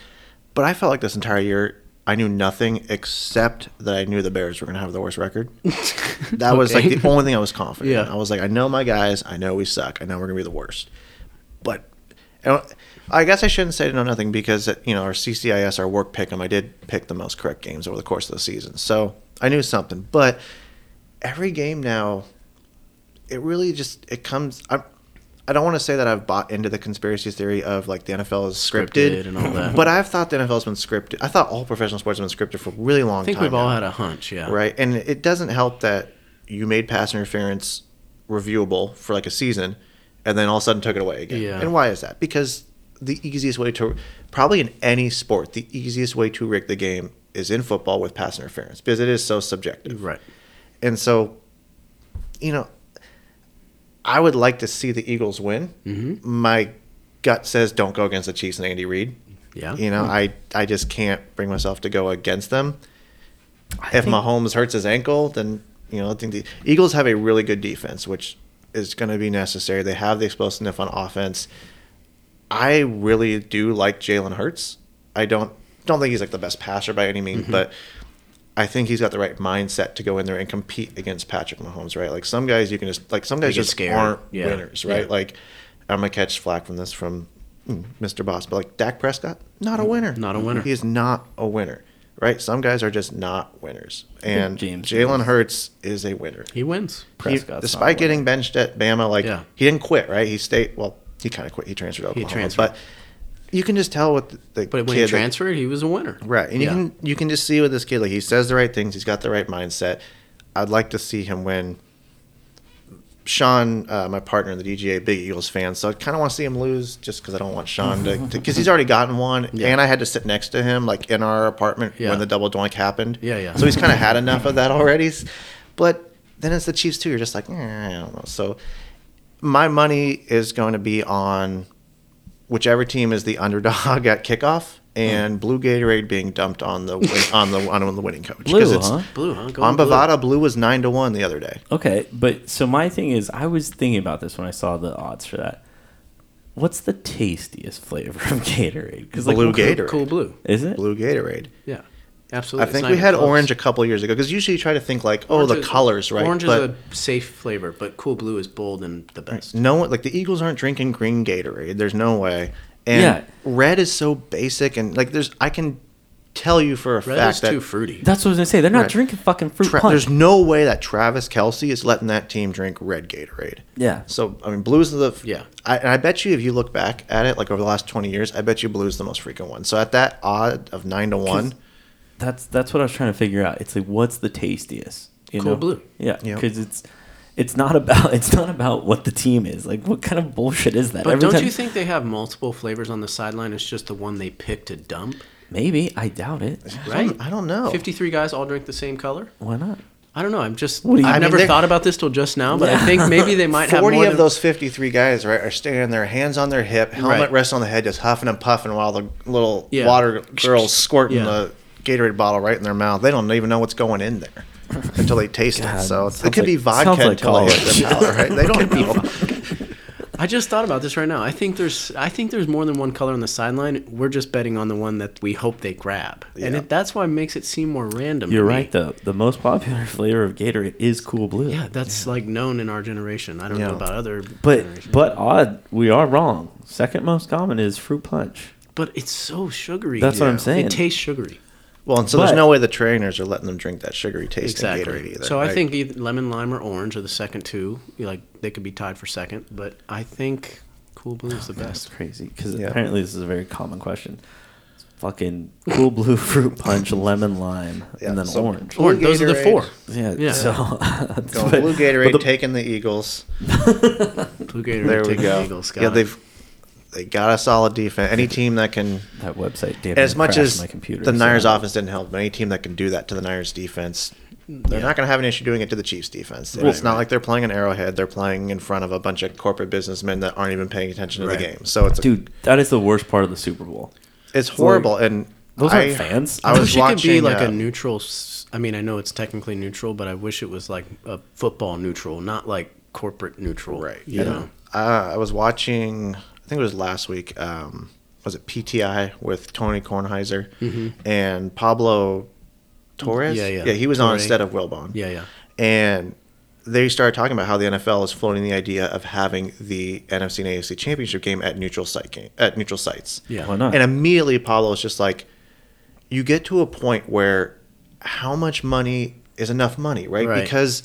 Speaker 2: But I felt like this entire year, I knew nothing except that I knew the Bears were going to have the worst record. That was like
Speaker 1: Okay.
Speaker 2: the only thing I was confident. in.
Speaker 1: Yeah.
Speaker 2: I was like, I know my guys. I know we suck. I know we're going to be the worst. But and I guess I shouldn't say I know nothing because you know our CCIS, our work pick 'em, I did pick the most correct games over the course of the season, so I knew something. But every game now, it really just it comes. I, I don't want to say that I've bought into the conspiracy theory of like the NFL is scripted,
Speaker 1: Scripted and all that.
Speaker 2: But I've thought the NFL's been scripted. I thought all professional sports have been scripted for a really long time.
Speaker 1: I think we've
Speaker 2: now.
Speaker 1: all had a hunch, yeah.
Speaker 2: Right. And it doesn't help that you made pass interference reviewable for like a season and then all of a sudden took it away again.
Speaker 1: Yeah.
Speaker 2: And why is that? Because the easiest way to, probably in any sport, the easiest way to rig the game is in football with pass interference because it is so subjective.
Speaker 1: Right.
Speaker 2: And so, you know, I would like to see the Eagles win. Mm-hmm. My gut says don't go against the Chiefs and Andy Reid.
Speaker 1: Yeah.
Speaker 2: You know, I, I just can't bring myself to go against them. If Mahomes hurts his ankle, then, you know, I think the Eagles have a really good defense, which is going to be necessary. They have the explosiveness on offense. I really do like Jalen Hurts. I don't don't think he's like the best passer by any
Speaker 1: Mm-hmm.
Speaker 2: means, but I think he's got the right mindset to go in there and compete against Patrick Mahomes, right? Like some guys you can just like some guys
Speaker 1: get
Speaker 2: just
Speaker 1: scared.
Speaker 2: aren't
Speaker 1: Yeah.
Speaker 2: winners, right?
Speaker 1: Yeah.
Speaker 2: Like I'm gonna catch flack from this from mm, Mr. Boss, but like Dak Prescott, not a winner.
Speaker 1: Mm-hmm. Not a winner.
Speaker 2: He is not a winner. Right? Some guys are just not winners. And
Speaker 3: James
Speaker 2: Jalen
Speaker 3: is.
Speaker 2: Hurts is a winner.
Speaker 1: He wins.
Speaker 2: He-
Speaker 3: Prescott's not
Speaker 2: despite
Speaker 3: a winner.
Speaker 2: getting benched at Bama, like
Speaker 1: Yeah.
Speaker 2: he didn't quit, right? He stayed. Well, he kind of quit. He transferred to Oklahoma,
Speaker 1: transferred.
Speaker 2: but you can just tell with the
Speaker 1: But when
Speaker 2: kid,
Speaker 1: he
Speaker 2: like-
Speaker 1: transferred, he was a winner.
Speaker 2: right? And
Speaker 1: yeah.
Speaker 2: you can you can just see with this kid, like he says the right things. He's got the right mindset. I'd like to see him win. Sean, uh, my partner in the DGA, big Eagles fan, so I kind of want to see him lose just because I don't want Sean to because he's already gotten one, and I had to sit next to him like in our apartment
Speaker 1: Yeah.
Speaker 2: when the double doink happened.
Speaker 1: Yeah, yeah.
Speaker 2: So he's kind of had enough of that already. But then it's the Chiefs too. You're just like, eh, I don't know. So my money is going to be on whichever team is the underdog at kickoff
Speaker 3: Hmm.
Speaker 2: and blue Gatorade being dumped on the win- on the on the winning coach. 'Cause
Speaker 3: Blue,
Speaker 2: it's-
Speaker 3: huh?
Speaker 1: Blue, huh? Go
Speaker 2: On
Speaker 1: blue.
Speaker 2: Bovada, blue was nine to one the other day.
Speaker 3: Okay, but so my thing is, I was thinking about this when I saw the odds for that. What's the tastiest flavor of Gatorade? Because
Speaker 2: Blue Gatorade.
Speaker 1: Cool blue.
Speaker 3: is it?
Speaker 2: Blue Gatorade.
Speaker 1: Yeah.
Speaker 2: I
Speaker 1: Absolutely. It's
Speaker 2: think
Speaker 1: not
Speaker 2: we
Speaker 1: even
Speaker 2: had
Speaker 1: close.
Speaker 2: orange a couple years ago because usually you try to think like, oh,
Speaker 1: Orange
Speaker 2: the
Speaker 1: is-
Speaker 2: colors, right?
Speaker 1: Orange is
Speaker 2: But
Speaker 1: a safe flavor, but cool blue is bold and the best.
Speaker 2: no one like the Eagles aren't drinking green Gatorade. There's no way. And
Speaker 3: Yeah.
Speaker 2: red is so basic and like there's I can tell you for a
Speaker 1: Red
Speaker 2: fact
Speaker 1: is
Speaker 2: that
Speaker 1: too fruity.
Speaker 3: That's what I was gonna say. They're not
Speaker 2: Right.
Speaker 3: drinking fucking fruit
Speaker 2: Tra-
Speaker 3: punch.
Speaker 2: there's no way that Travis Kelsey is letting that team drink red Gatorade.
Speaker 3: yeah.
Speaker 2: So I mean, blues is the
Speaker 1: Yeah.
Speaker 2: I, and I bet you if you look back at it, like over the last twenty years, I bet you blues is the most frequent one. So at that odd of nine to one,
Speaker 3: That's that's what I was trying to figure out. It's like what's the tastiest? You
Speaker 1: Cool
Speaker 3: know?
Speaker 1: blue.
Speaker 3: Yeah,
Speaker 2: Yep.
Speaker 3: because it's it's not about it's not about what the team is. Like what kind of bullshit is that?
Speaker 1: But
Speaker 3: Every
Speaker 1: don't
Speaker 3: time-
Speaker 1: you think they have multiple flavors on the sideline? It's just the one they pick to dump,
Speaker 3: maybe I doubt it.
Speaker 1: right?
Speaker 2: I don't know.
Speaker 1: Fifty-three guys all drink the same color.
Speaker 3: Why not?
Speaker 1: I don't know. I'm just.
Speaker 3: What do you-
Speaker 1: I've
Speaker 3: I mean,
Speaker 1: never
Speaker 2: they're-
Speaker 1: thought about this till just now, but I think maybe they might have
Speaker 2: forty
Speaker 1: more
Speaker 2: of
Speaker 1: than-
Speaker 2: those fifty-three guys right are standing there, hands on their hip, helmet
Speaker 1: Right.
Speaker 2: rests on the head, just huffing and puffing while the little
Speaker 1: Yeah.
Speaker 2: water girls squirting
Speaker 1: Yeah.
Speaker 2: the Gatorade bottle right in their mouth. They don't even know what's going in there until they taste it. So it's, it
Speaker 3: sounds
Speaker 2: could be
Speaker 3: like-
Speaker 2: vodka
Speaker 3: sounds like
Speaker 2: until they hit their
Speaker 3: college.
Speaker 2: palate, right? They don't know.
Speaker 1: I just thought about this right now. I think there's. I think there's more than one color on the sideline. We're just betting on the one that we hope they grab, and
Speaker 2: Yeah.
Speaker 1: it, that's why it makes it seem more random. to
Speaker 3: You're
Speaker 1: me.
Speaker 3: right though. The most popular flavor of Gatorade is Cool Blue.
Speaker 1: Yeah, that's like known in our generation. I don't
Speaker 2: Yeah.
Speaker 1: know about other.
Speaker 3: But
Speaker 1: generations.
Speaker 3: but odd, we are wrong. Second most common is fruit punch.
Speaker 1: but it's so sugary.
Speaker 3: That's what I'm saying.
Speaker 1: It tastes sugary.
Speaker 2: Well, and so
Speaker 3: But-
Speaker 2: there's no way the trainers are letting them drink that sugary tasting Gatorade
Speaker 1: Exactly.
Speaker 2: either.
Speaker 1: So I
Speaker 2: right?
Speaker 1: think either lemon, lime, or orange are the second two. You Like they could be tied for second, but I think cool blue is the
Speaker 3: That's
Speaker 1: best.
Speaker 3: crazy because
Speaker 2: Yeah.
Speaker 3: apparently this is a very common question. It's fucking Cool Blue fruit punch, lemon lime,
Speaker 2: Yeah,
Speaker 3: and then
Speaker 2: so-
Speaker 3: orange.
Speaker 2: Blue
Speaker 1: Orange. Those are the
Speaker 2: Gatorade.
Speaker 1: four.
Speaker 3: Yeah,
Speaker 1: Yeah.
Speaker 3: so that's
Speaker 2: Going
Speaker 3: what-
Speaker 2: blue Gatorade,
Speaker 3: but the-
Speaker 2: taking the Eagles.
Speaker 1: Blue Gatorade.
Speaker 2: There we
Speaker 1: taking
Speaker 2: go.
Speaker 1: the Eagles, got
Speaker 2: yeah,
Speaker 1: it.
Speaker 2: they've they got a solid defense. Any team that can,
Speaker 3: that website. damn
Speaker 2: as
Speaker 3: near
Speaker 2: much
Speaker 3: crashed
Speaker 2: as
Speaker 3: my computer,
Speaker 2: the
Speaker 3: so-
Speaker 2: Niners offense didn't help, but any team that can do that to the Niners defense, they're not going to have an issue doing it to the Chiefs defense. And it's
Speaker 1: Right,
Speaker 2: not
Speaker 1: right.
Speaker 2: like they're playing an arrowhead; they're playing in front of a bunch of corporate businessmen that aren't even paying attention to
Speaker 1: Right.
Speaker 2: the game. So it's
Speaker 3: dude, that is the worst part of the Super Bowl.
Speaker 2: it's horrible. and
Speaker 3: Those
Speaker 2: I,
Speaker 3: aren't fans.
Speaker 2: I was
Speaker 1: wish it
Speaker 2: watching
Speaker 1: could be like
Speaker 2: uh,
Speaker 1: a neutral. s- I mean, I know it's technically neutral, but I wish it was like a football neutral, not like corporate neutral.
Speaker 2: Right.
Speaker 1: You
Speaker 2: And,
Speaker 1: know.
Speaker 2: Uh, I was watching. I think it was last week. Um, was it PTI with Tony Kornheiser and Pablo Torres?
Speaker 1: Mm-hmm. Yeah, yeah.
Speaker 2: he was on
Speaker 1: Torre.
Speaker 2: instead of Wilbon.
Speaker 1: Yeah, yeah.
Speaker 2: And they started talking about how the NFL is floating the idea of having the NFC and AFC championship game at neutral site game, at neutral sites.
Speaker 1: Yeah.
Speaker 3: Why not?
Speaker 2: And immediately Paulo's just like, you get to a point where how much money is enough money, right?
Speaker 1: Right.
Speaker 2: Because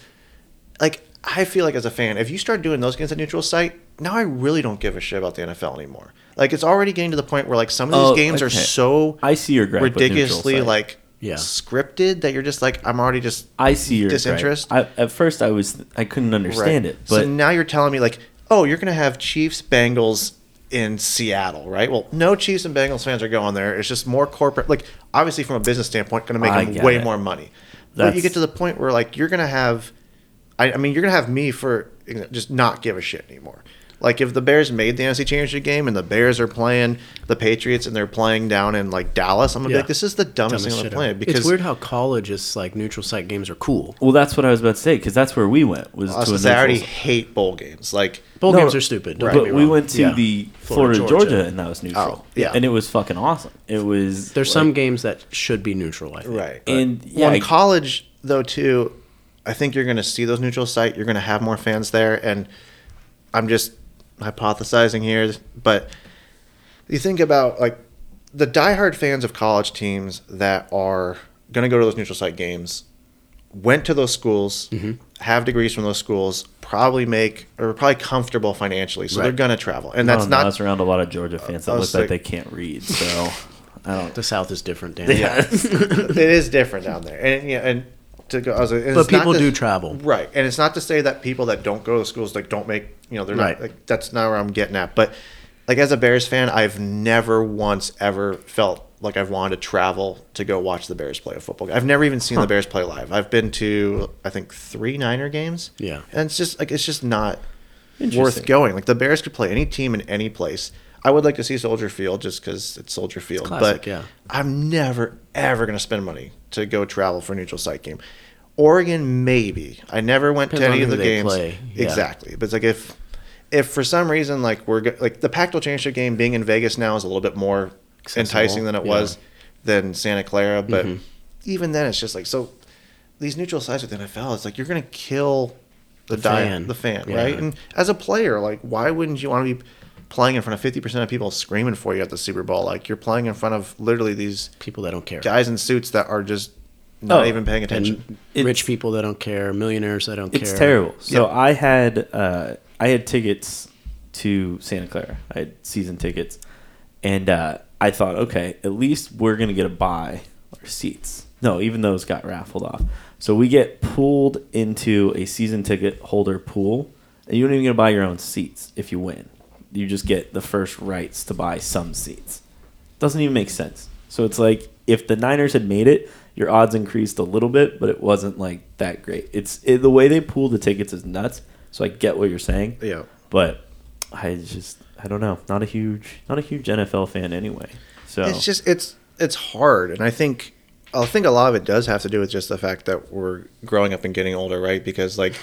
Speaker 2: like I feel like as a fan, if you start doing those games at neutral site, now I really don't give a shit about the NFL anymore. Like it's already getting to the point where like some of these
Speaker 3: Oh,
Speaker 2: games are
Speaker 3: okay.
Speaker 2: so
Speaker 3: I see your gripe with neutral
Speaker 2: ridiculously
Speaker 3: site.
Speaker 2: like
Speaker 1: Yeah.
Speaker 2: scripted that you're just like I'm already just
Speaker 3: I see your gripe.
Speaker 2: disinterest.
Speaker 3: I, at first, I was I couldn't understand it, but
Speaker 2: so now you're telling me like, oh, you're gonna have Chiefs Bengals in Seattle, right? Well, no Chiefs and Bengals fans are going there. It's just more corporate. Like, obviously, from a business standpoint, going to
Speaker 3: I
Speaker 2: make them
Speaker 3: get
Speaker 2: way
Speaker 3: it.
Speaker 2: more money. but you
Speaker 3: That's-
Speaker 2: get to the point where like you're gonna have, I, I mean, you're gonna have me for you know, just not give a shit anymore. Like if the Bears made the NFC Championship game and the Bears are playing the Patriots and they're playing down in like Dallas, I'm gonna
Speaker 1: Yeah.
Speaker 2: be like, this is the
Speaker 1: Dumbest
Speaker 2: dumbest, thing on
Speaker 1: shit
Speaker 2: the
Speaker 1: ever.
Speaker 2: planet because
Speaker 1: it's weird how college is like neutral site games are cool.
Speaker 3: well, that's what I was about to say because that's where we went was
Speaker 2: us,
Speaker 3: to a
Speaker 2: I already
Speaker 3: neutral-
Speaker 2: hate bowl games. Like
Speaker 1: Bowl
Speaker 3: No,
Speaker 1: games are stupid. Don't get
Speaker 3: but
Speaker 1: me
Speaker 3: we
Speaker 1: wrong.
Speaker 3: went to
Speaker 1: Yeah.
Speaker 3: the
Speaker 1: Florida,
Speaker 3: Florida,
Speaker 1: Georgia.
Speaker 3: Georgia, and that was neutral.
Speaker 2: Oh, yeah.
Speaker 3: and it was fucking awesome. It was
Speaker 1: There's
Speaker 3: like-
Speaker 1: some games that should be neutral. I think.
Speaker 2: right,
Speaker 3: and
Speaker 2: yeah,
Speaker 3: yeah,
Speaker 2: well,
Speaker 3: I-
Speaker 2: in college though too i think you're going to see those neutral site you're going to have more fans there and i'm just hypothesizing here but you think about like the diehard fans of college teams that are going to go to those neutral site games went to those schools
Speaker 3: Mm-hmm.
Speaker 2: have degrees from those schools probably make or probably comfortable financially so they're
Speaker 1: Right.
Speaker 2: going to travel and
Speaker 3: I
Speaker 2: that's
Speaker 3: don't know, I
Speaker 2: not
Speaker 3: was around a lot of Georgia fans that
Speaker 2: I
Speaker 3: look
Speaker 2: was
Speaker 3: like
Speaker 2: like-
Speaker 3: they can't read. So I don't.
Speaker 1: The South is different, Dan.
Speaker 2: Yeah. it is different down there, and yeah, and to go, I was like, and
Speaker 1: But
Speaker 2: it's not
Speaker 1: people
Speaker 2: to-
Speaker 1: do travel.
Speaker 2: right? And it's not to say that people that don't go to schools like don't make you know they're
Speaker 1: Right.
Speaker 2: not like that's not where I'm getting at. But like as a Bears fan, I've never once ever felt like I've wanted to travel to go watch the Bears play a football game. I've never even seen the Bears play live. I've been to I think three Niner games.
Speaker 1: Yeah.
Speaker 2: and it's just like it's just not
Speaker 3: Interesting.
Speaker 2: worth going. Like the Bears could play any team in any place. I would like to see Soldier Field just because it's Soldier Field,
Speaker 1: classic,
Speaker 2: but
Speaker 1: yeah.
Speaker 2: I'm never ever gonna spend money to go travel for a neutral site game. Oregon, maybe. I never went
Speaker 1: Depends
Speaker 2: to any
Speaker 1: on
Speaker 2: of
Speaker 1: who
Speaker 2: the
Speaker 1: they
Speaker 2: games.
Speaker 1: play, yeah.
Speaker 2: Exactly, but it's like if if for some reason like we're go- like the Pac-12 championship game being in Vegas now is a little bit more enticing than it
Speaker 1: yeah. Mm-hmm.
Speaker 2: was than Santa Clara, but even then it's just like so. These neutral sites with NFL, it's like you're gonna kill the, diet,
Speaker 1: fan.
Speaker 2: the fan,
Speaker 1: Yeah.
Speaker 2: right? And as a player, like why wouldn't you want to be playing in front of fifty percent of people screaming for you at the Super Bowl? Like you're playing in front of literally these
Speaker 1: People that don't care.
Speaker 2: guys in suits that are just not
Speaker 3: Oh,
Speaker 2: even paying attention.
Speaker 1: and
Speaker 3: It's-
Speaker 1: rich people that don't care, millionaires that don't care.
Speaker 3: It's terrible. So
Speaker 2: Yep.
Speaker 3: I had uh, I had tickets to Santa Clara. I had season tickets, and uh, I thought, okay, at least we're gonna get a buy our seats. No, even those got raffled off. So we get pulled into a season ticket holder pool, and you don't even get to buy your own seats if you win. You just get the first rights to buy some seats. Doesn't even make sense. So it's like if the Niners had made it, your odds increased a little bit, but it wasn't like that great. It's it, the way they pool the tickets is nuts. So I get what you're saying.
Speaker 2: Yeah.
Speaker 3: But I just I don't know. Not a huge not a huge NFL fan anyway. So
Speaker 2: It's just it's it's hard, and I think I think a lot of it does have to do with just the fact that we're growing up and getting older, right? Because like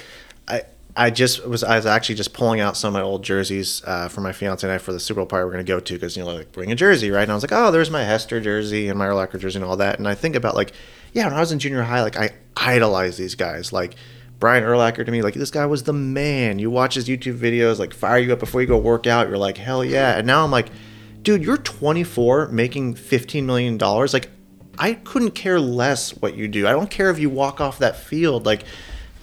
Speaker 2: I I just was I was actually just pulling out some of my old jerseys uh, for my fiance and I for the Super Bowl party we're gonna go to because you know like bring a jersey, right? And I was like, oh, there's my Hester jersey and my Urlacher jersey and all that, and I think about like yeah, when I was in junior high, like I idolized these guys, like. Brian Urlacher to me, like this guy was the man. You watch his YouTube videos, like fire you up before you go work out. You're like, hell yeah. And now I'm like, dude, you're 24 making 15 million dollars. Like, I couldn't care less what you do. I don't care if you walk off that field. Like,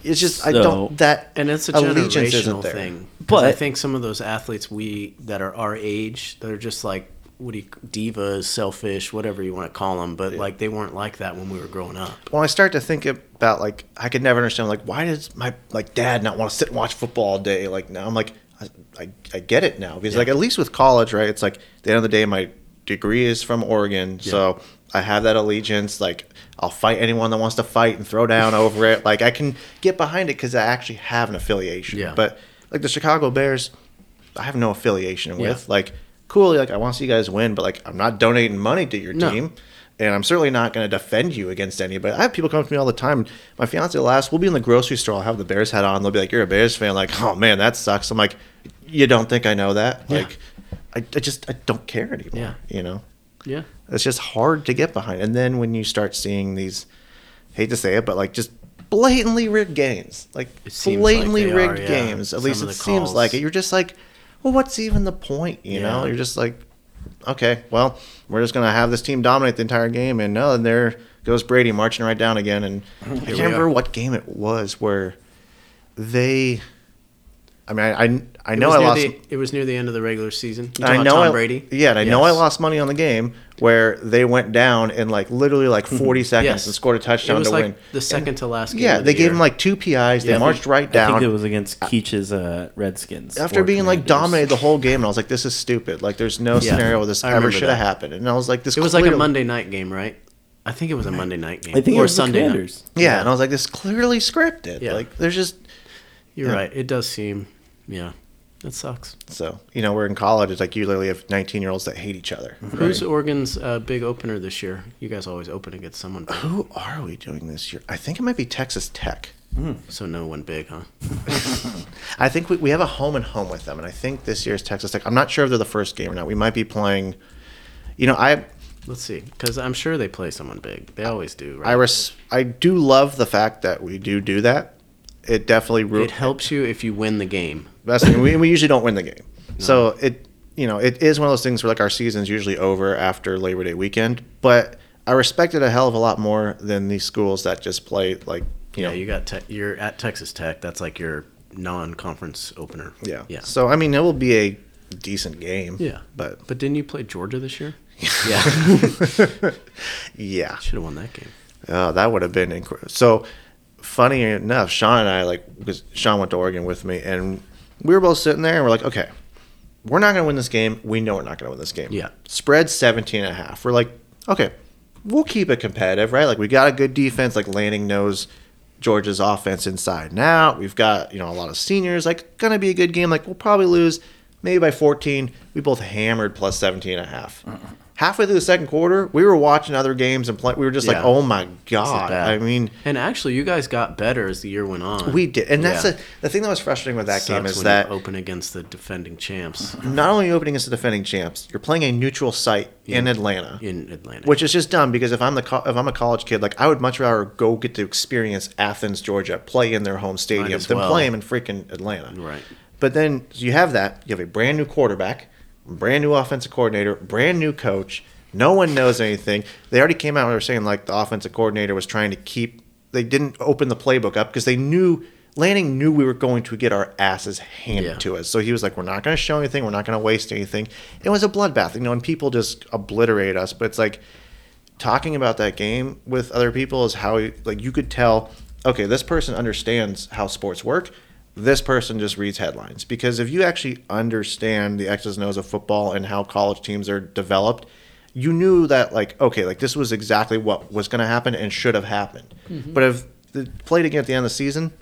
Speaker 2: it's just I
Speaker 3: So-
Speaker 2: don't that
Speaker 1: And it's a
Speaker 2: allegiance
Speaker 1: generational
Speaker 2: isn't there.
Speaker 1: thing. 'Cause
Speaker 3: But-
Speaker 1: I think some of those athletes we that are our age, they're just like what do you divas, selfish, whatever you want to call them. But like they weren't like that when we were growing up.
Speaker 2: When I start to think about like, I could never understand like why does my like dad not want to sit and watch football all day? Like now I'm like I, I, I get it now because like at least with college, right? It's like at the end of the day, my degree is from Oregon, so I have that allegiance. Like I'll fight anyone that wants to fight and throw down over it. Like I can get behind it because I actually have an affiliation.
Speaker 1: Yeah.
Speaker 2: But like the Chicago Bears, I have no affiliation with. Like cool, like I want to see you guys win, but like I'm not donating money to your
Speaker 1: No.
Speaker 2: team and I'm certainly not going to defend you against anybody. I have people come up to me all the time. My fiance last, we'll be in the grocery store. I'll have the Bears hat on. They'll be like, "You're a Bears fan." Like, oh man, that sucks. I'm like, you don't think I know that? Like, I, I just I don't care anymore.
Speaker 1: Yeah.
Speaker 2: You know,
Speaker 1: Yeah.
Speaker 2: it's just hard to get behind. And then when you start seeing these, hate to say it, but like just blatantly rigged games, like
Speaker 1: It seems like
Speaker 2: blatantly
Speaker 1: they
Speaker 2: rigged
Speaker 1: are, yeah.
Speaker 2: games. At
Speaker 1: Some
Speaker 2: least
Speaker 1: of
Speaker 2: it
Speaker 1: the
Speaker 2: seems
Speaker 1: calls.
Speaker 2: like it. You're just like, well, what's even the point? You know,
Speaker 1: Yeah.
Speaker 2: you're just like, okay, well, we're just gonna have this team dominate the entire game, and no, and there goes Brady marching right down again. And I can't
Speaker 1: we
Speaker 2: remember
Speaker 1: are.
Speaker 2: what game it was where they. I mean, I I, I
Speaker 1: it
Speaker 2: know
Speaker 1: was
Speaker 2: I
Speaker 1: near
Speaker 2: lost.
Speaker 1: The, it was near the end of the regular season. You
Speaker 2: I
Speaker 1: talking
Speaker 2: know
Speaker 1: about Tom
Speaker 2: I,
Speaker 1: Brady.
Speaker 2: Yeah, and I know I
Speaker 1: Yes.
Speaker 2: lost money on the game where they went down in like literally like 40 seconds
Speaker 1: Hmm. Yes.
Speaker 2: and scored a touchdown
Speaker 1: It was
Speaker 2: to
Speaker 1: like
Speaker 2: win.
Speaker 1: the second to last game.
Speaker 2: Yeah,
Speaker 1: of
Speaker 2: they
Speaker 1: the
Speaker 2: gave
Speaker 1: year.
Speaker 2: him like two PIs. They
Speaker 3: I think-
Speaker 2: marched right
Speaker 3: I think it
Speaker 2: down
Speaker 3: was against Keach's uh, Redskins.
Speaker 2: after
Speaker 3: or
Speaker 2: being like
Speaker 3: Commanders.
Speaker 2: dominated the whole game, and I was like, "This is stupid. Like, there's no
Speaker 1: Yeah,
Speaker 2: scenario where this
Speaker 1: I
Speaker 2: ever
Speaker 1: remember
Speaker 2: should have
Speaker 1: that.
Speaker 2: happened." And I was like, "This
Speaker 1: It was like a
Speaker 2: clearly-
Speaker 1: Monday night game, right? I think it was a Monday night game.
Speaker 3: I think
Speaker 1: or
Speaker 3: it was
Speaker 1: Sunday
Speaker 3: The
Speaker 1: night.
Speaker 3: Commanders.
Speaker 2: Yeah, and I was like, "This is clearly scripted.
Speaker 1: Yeah.
Speaker 2: Like, there's just
Speaker 1: You're
Speaker 2: Yeah.
Speaker 1: right. It does seem. Yeah, that sucks.
Speaker 2: so you know we're in college. It's like you literally have 19 year olds that hate each other.
Speaker 1: Who's Oregon's uh, big opener this year? You guys always open against someone, big,
Speaker 2: Who are we doing this year? I think it might be Texas Tech.
Speaker 1: so no one big, huh?
Speaker 2: I think we, we have a home and home with them, and I think this year's Texas Tech. I'm not sure if they're the first game or not. We might be playing. You know, I
Speaker 1: Let's see, because I'm sure they play someone big. They always do, right?
Speaker 2: I res, I do love the fact that we do do that. It definitely ru-
Speaker 1: it helps you if you win the game.
Speaker 2: That's the thing. We, we usually don't win the game, so it you know it is one of those things where like our season's usually over after Labor Day weekend. But I respect it a hell of a lot more than these schools that just play like you
Speaker 1: Yeah,
Speaker 2: know
Speaker 1: you got. Te- you're at Texas Tech. That's like your non-conference opener.
Speaker 2: yeah
Speaker 1: yeah.
Speaker 2: So I mean, it will be a decent game.
Speaker 1: Yeah.
Speaker 2: but
Speaker 1: But didn't you play Georgia this year? yeah.
Speaker 2: yeah.
Speaker 1: Should have won that game.
Speaker 2: Oh, that would have been incredible. So funny enough, Sean and I like because Sean went to Oregon with me, and we were both sitting there, and we're like, okay, we're not going to win this game. We know we're not going to win this game.
Speaker 1: Yeah.
Speaker 2: spread 17 and a half. We're like, okay, we'll keep it competitive, right? Like we got a good defense. Like Lanning knows Georgia's offense inside and out. We've got you know a lot of seniors. Like going to be a good game. Like we'll probably lose. Maybe by 14, we both hammered plus 17 and a half. Halfway through the second quarter, we were watching other games and play, we were just like,
Speaker 1: Yeah.
Speaker 2: oh my God.
Speaker 1: bad.
Speaker 2: I mean,
Speaker 1: And actually, you guys got better as the year went on.
Speaker 2: we did. And that's
Speaker 1: Yeah.
Speaker 2: the, the thing that was frustrating with that
Speaker 1: Sucks
Speaker 2: game is
Speaker 1: when
Speaker 2: that Mm-hmm.
Speaker 1: you open against the defending champs
Speaker 2: not only are you opening as the defending champs, you're playing a neutral site in Atlanta.
Speaker 1: in Atlanta.
Speaker 2: Which is just dumb because if I'm the co- if I'm a college kid, like I would much rather go get to experience Athens, Georgia, play in their home stadium
Speaker 1: as
Speaker 2: than
Speaker 1: well.
Speaker 2: play them in freaking Atlanta.
Speaker 1: Right.
Speaker 2: But then so you have that. You have a brand new quarterback, brand new offensive coordinator, brand new coach. No one knows anything. They already came out and they were saying like the offensive coordinator was trying to keep. They didn't open the playbook up because they knew Lanning knew we were going to get our asses handed
Speaker 1: Yeah.
Speaker 2: to us. So he was like, "We're not going to show anything. We're not going to waste anything." It was a bloodbath, you know, and people just obliterate us. But it's like talking about that game with other people is how like you could tell okay this person understands how sports work this person just reads headlines because if you actually understand the x's and o's of football and how college teams are developed you knew that like okay like this was exactly what was going to happen and should have happened but if they played again at the end of the season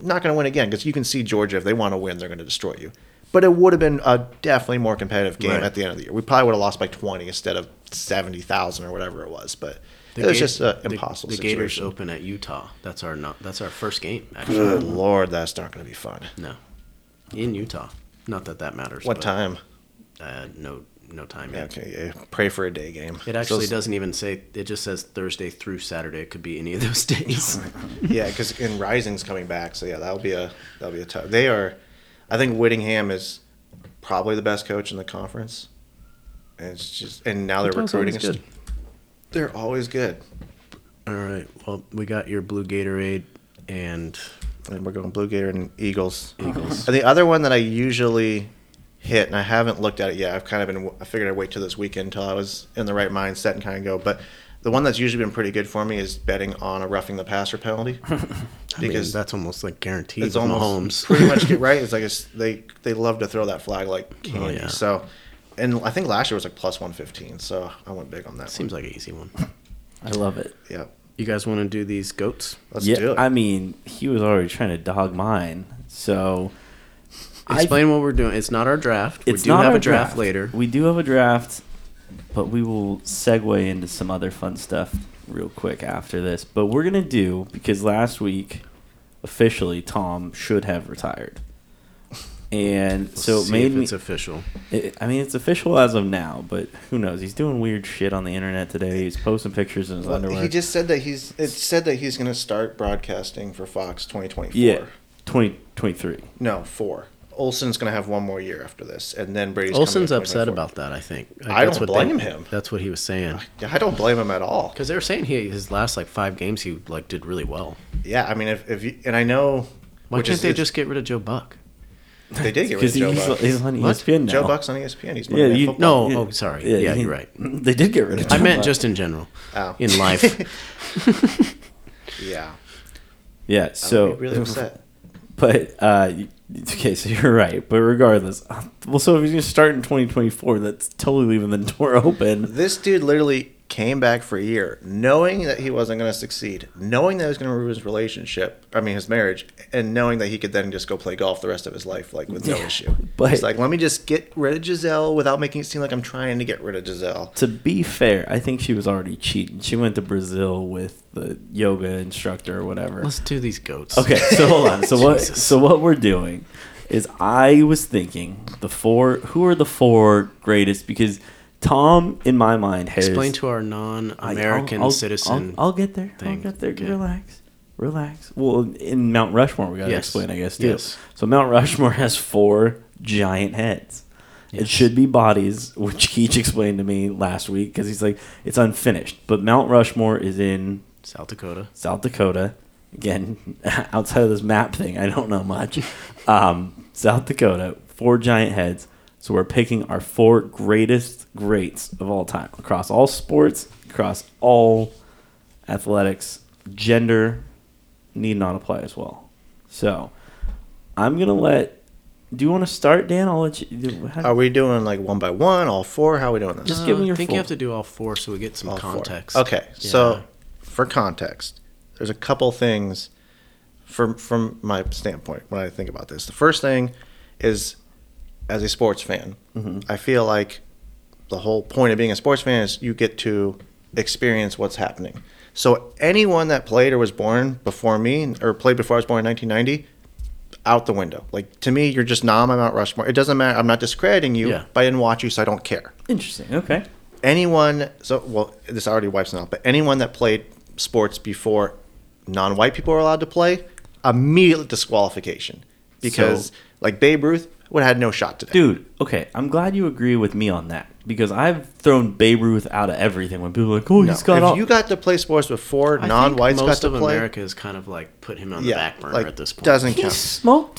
Speaker 2: not going to win again because you can see Georgia if they want to win, they're going to destroy you. But it would have been a definitely more competitive game
Speaker 1: Right.
Speaker 2: at the end of the year. We probably would have lost by twenty instead of seventy thousand or whatever it was. But
Speaker 1: The
Speaker 2: it was
Speaker 1: Ga-
Speaker 2: just an
Speaker 1: the-
Speaker 2: impossible
Speaker 1: The, Gators
Speaker 2: situation.
Speaker 1: open at Utah. That's our not, that's our first game. Actually,
Speaker 2: Good lord, that's not going to be fun.
Speaker 1: no, in Utah. Not that that matters.
Speaker 2: What
Speaker 1: but,
Speaker 2: time?
Speaker 1: Uh, no, no time yet.
Speaker 2: Okay, yeah, pray for a day game.
Speaker 1: It actually doesn't even say. It just says Thursday through Saturday. It could be any of those days.
Speaker 2: yeah, because in Rising's coming back, so yeah, that'll be a that'll be a tough. They are, I think Whittingham is probably the best coach in the conference, and it's just and now they're
Speaker 1: Utah's
Speaker 2: recruiting.
Speaker 1: always
Speaker 2: us-
Speaker 1: good.
Speaker 2: They're always good.
Speaker 1: All right. Well, we got your blue Gatorade and
Speaker 2: And we're going Blue Gator and Eagles.
Speaker 1: Eagles.
Speaker 2: And the other one that I usually hit, and I haven't looked at it yet. I've kind of been. I figured I'd wait till this weekend until I was in the right mindset and kind of go. But the one that's usually been pretty good for me is betting on a roughing the passer penalty
Speaker 1: because
Speaker 2: because
Speaker 1: that's almost like guaranteed. It's
Speaker 2: it's almost
Speaker 1: almost
Speaker 2: pretty much get right. It's like it's, they they love to throw that flag like candy.
Speaker 1: yeah.
Speaker 2: So, and I think last year was like plus one fifteen. So I went big on that.
Speaker 1: Seems like an easy one.
Speaker 3: I love it.
Speaker 2: one. Yeah,
Speaker 1: You guys want to do these goats?
Speaker 2: let's
Speaker 3: yeah,
Speaker 2: do it.
Speaker 3: I mean, he was already trying to dog mine, so I-
Speaker 1: Explain what we're doing. It's not our draft.
Speaker 3: It's
Speaker 1: we do
Speaker 3: not
Speaker 1: have
Speaker 3: our
Speaker 1: a draft, later.
Speaker 3: We do have a draft, but we will segue into some other fun stuff real quick after this. But we're gonna do because last week, officially, Tom should have retired. and so it
Speaker 1: See
Speaker 3: made
Speaker 1: if
Speaker 3: me.
Speaker 1: it's official.
Speaker 3: It, I mean, it's official as of now, but who knows? He's doing weird shit on the internet today. He's posting pictures in his
Speaker 2: Well,
Speaker 3: underwear.
Speaker 2: he just said that he's. It said that he's going to start broadcasting for Fox 2024.
Speaker 3: yeah, twenty twenty three.
Speaker 2: No, four. Olson's going to have one more year after this, and then Brady's. coming
Speaker 1: Olson's
Speaker 2: in
Speaker 1: upset
Speaker 2: 2024.
Speaker 1: about that. I think. Like,
Speaker 2: I
Speaker 1: that's
Speaker 2: don't
Speaker 1: what they-
Speaker 2: blame him.
Speaker 1: That's what he was saying.
Speaker 2: Yeah, I don't blame him at all.
Speaker 1: Because they were saying he his last like five games he like did really well.
Speaker 2: Yeah, I mean, if, if you and I know.
Speaker 1: Why
Speaker 2: which
Speaker 1: can't
Speaker 2: is-
Speaker 1: they
Speaker 2: it's-
Speaker 1: just get rid of Joe Buck?
Speaker 2: They did get rid
Speaker 3: Because
Speaker 2: of Joe
Speaker 3: he's,
Speaker 2: Buck.
Speaker 3: he's on
Speaker 1: What?
Speaker 3: ESPN now.
Speaker 2: Joe Buck's on E ESPN. He's
Speaker 3: Yeah,
Speaker 2: Monday Night
Speaker 3: you-
Speaker 2: Football.
Speaker 1: No, oh sorry. Yeah,
Speaker 3: he-
Speaker 1: you're right.
Speaker 3: They did get rid of. Joe
Speaker 1: I meant
Speaker 3: Buck.
Speaker 1: just in general,
Speaker 2: Oh.
Speaker 1: in life.
Speaker 2: Yeah.
Speaker 3: yeah. So
Speaker 2: I'd be really upset.
Speaker 3: But uh, you- okay, so you're right. But regardless, uh, well, so if he's gonna start in 2024, that's totally leaving the door open.
Speaker 2: This dude literally came back for a year, knowing that he wasn't going to succeed, knowing that he was going to ruin his relationship, I mean his marriage, and knowing that he could then just go play golf the rest of his life, like with no
Speaker 3: Yeah,
Speaker 2: issue.
Speaker 3: but-
Speaker 2: But he's like, let me just get rid of Giselle without making it seem like I'm trying to get rid of Giselle.
Speaker 3: To be fair, I think she was already cheating. She went to Brazil with the yoga instructor or whatever.
Speaker 1: Let's do these goats.
Speaker 3: Okay, so hold on. So what?
Speaker 1: Jesus.
Speaker 3: So what we're doing is I was thinking the four. Who are the four greatest? Because Tom, in my mind, has
Speaker 1: Explain to our non-American
Speaker 3: I'll- I'll-
Speaker 1: citizen.
Speaker 3: I'll, I'll get there.
Speaker 1: thing.
Speaker 3: I'll get there.
Speaker 1: Okay.
Speaker 3: Relax. Relax. Well, in Mount Rushmore, we gotta
Speaker 1: Yes.
Speaker 3: explain, I guess. Too.
Speaker 1: Yes.
Speaker 3: So Mount Rushmore has four giant heads. It
Speaker 1: Yes.
Speaker 3: should be bodies, which Keach explained to me last week because he's like, it's unfinished. But Mount Rushmore is in
Speaker 1: South Dakota.
Speaker 3: South Dakota. Again, outside of this map thing, I don't know much. Um, South Dakota, four giant heads. So we're picking our four greatest greats of all time across all sports, across all athletics, gender need not apply as well. So I'm gonna let. Do you want to start, Dan? I'll let you.
Speaker 2: Are we doing like one by one, all four? How are we doing this?
Speaker 3: Just give me
Speaker 1: Uh,
Speaker 3: your
Speaker 1: I think
Speaker 3: full-
Speaker 1: you have to do all four so we get some
Speaker 2: All four.
Speaker 1: context.
Speaker 2: Okay, so
Speaker 1: Yeah.
Speaker 2: for context, there's a couple things from from my standpoint when I think about this. The first thing is, as a sports fan,
Speaker 1: Mm-hmm.
Speaker 2: I feel like the whole point of being a sports fan is you get to experience what's happening. So anyone that played or was born before me or played before I was born in 1990 out the window. Like to me, you're just not on my Mount Rushmore. It doesn't matter. I'm not discrediting you,
Speaker 1: Yeah.
Speaker 2: but I didn't watch you, so I don't care
Speaker 3: Interesting. Okay.
Speaker 2: anyone so well this already wipes it out but anyone that played sports before non-white people were allowed to play immediate disqualification because
Speaker 3: So-
Speaker 2: like babe ruth would have had no shot today
Speaker 3: Dude, okay, I'm glad you agree with me on that because I've thrown Babe Ruth out of everything when people are like, oh,
Speaker 2: No.
Speaker 3: he's got
Speaker 2: if
Speaker 3: all.
Speaker 2: you got to play sports before
Speaker 1: I think
Speaker 2: non-whites got
Speaker 1: most
Speaker 2: to
Speaker 1: of
Speaker 2: play
Speaker 1: America has kind of like put him on the back burner
Speaker 2: like,
Speaker 1: at this point.
Speaker 2: doesn't
Speaker 3: he
Speaker 2: count
Speaker 3: smoked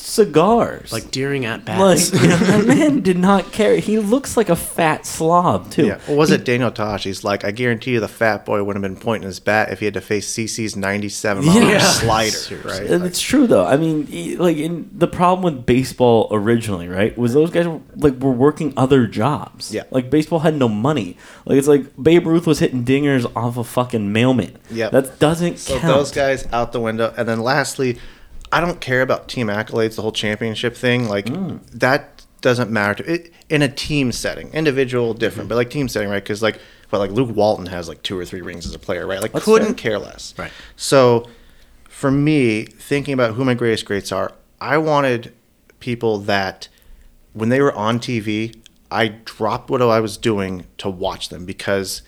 Speaker 3: cigars.
Speaker 1: like during at
Speaker 3: like
Speaker 1: bats.
Speaker 3: you know, that man did not care. He looks like a fat slob too.
Speaker 2: yeah. What was it Daniel Tosh? He's like, I guarantee you the fat boy would have been pointing his bat if he had to face CC's 97 mile an hour
Speaker 3: Yeah.
Speaker 2: slider,
Speaker 1: Seriously.
Speaker 2: right?
Speaker 3: And
Speaker 2: Like,
Speaker 3: it's true though. I mean, he- like in the problem with baseball originally, right, was those guys were, like were working other jobs.
Speaker 2: Yeah.
Speaker 3: Like baseball had no money. Like it's like Babe Ruth was hitting dingers off a fucking mailman.
Speaker 2: Yep.
Speaker 3: That doesn't
Speaker 2: So
Speaker 3: count.
Speaker 2: those guys out the window. And then lastly, I don't care about team accolades, the whole championship thing. Like
Speaker 3: Mm.
Speaker 2: that doesn't matter to it in a team setting. Individual different,
Speaker 3: Mm-hmm.
Speaker 2: but like team setting, right? Because like well, like Luke Walton has like two or three rings as a player, right? Like
Speaker 3: That's
Speaker 2: couldn't care less.
Speaker 1: Right.
Speaker 2: So for me, thinking about who my greatest greats are, I wanted people that when they were on TV, I dropped what I was doing to watch them because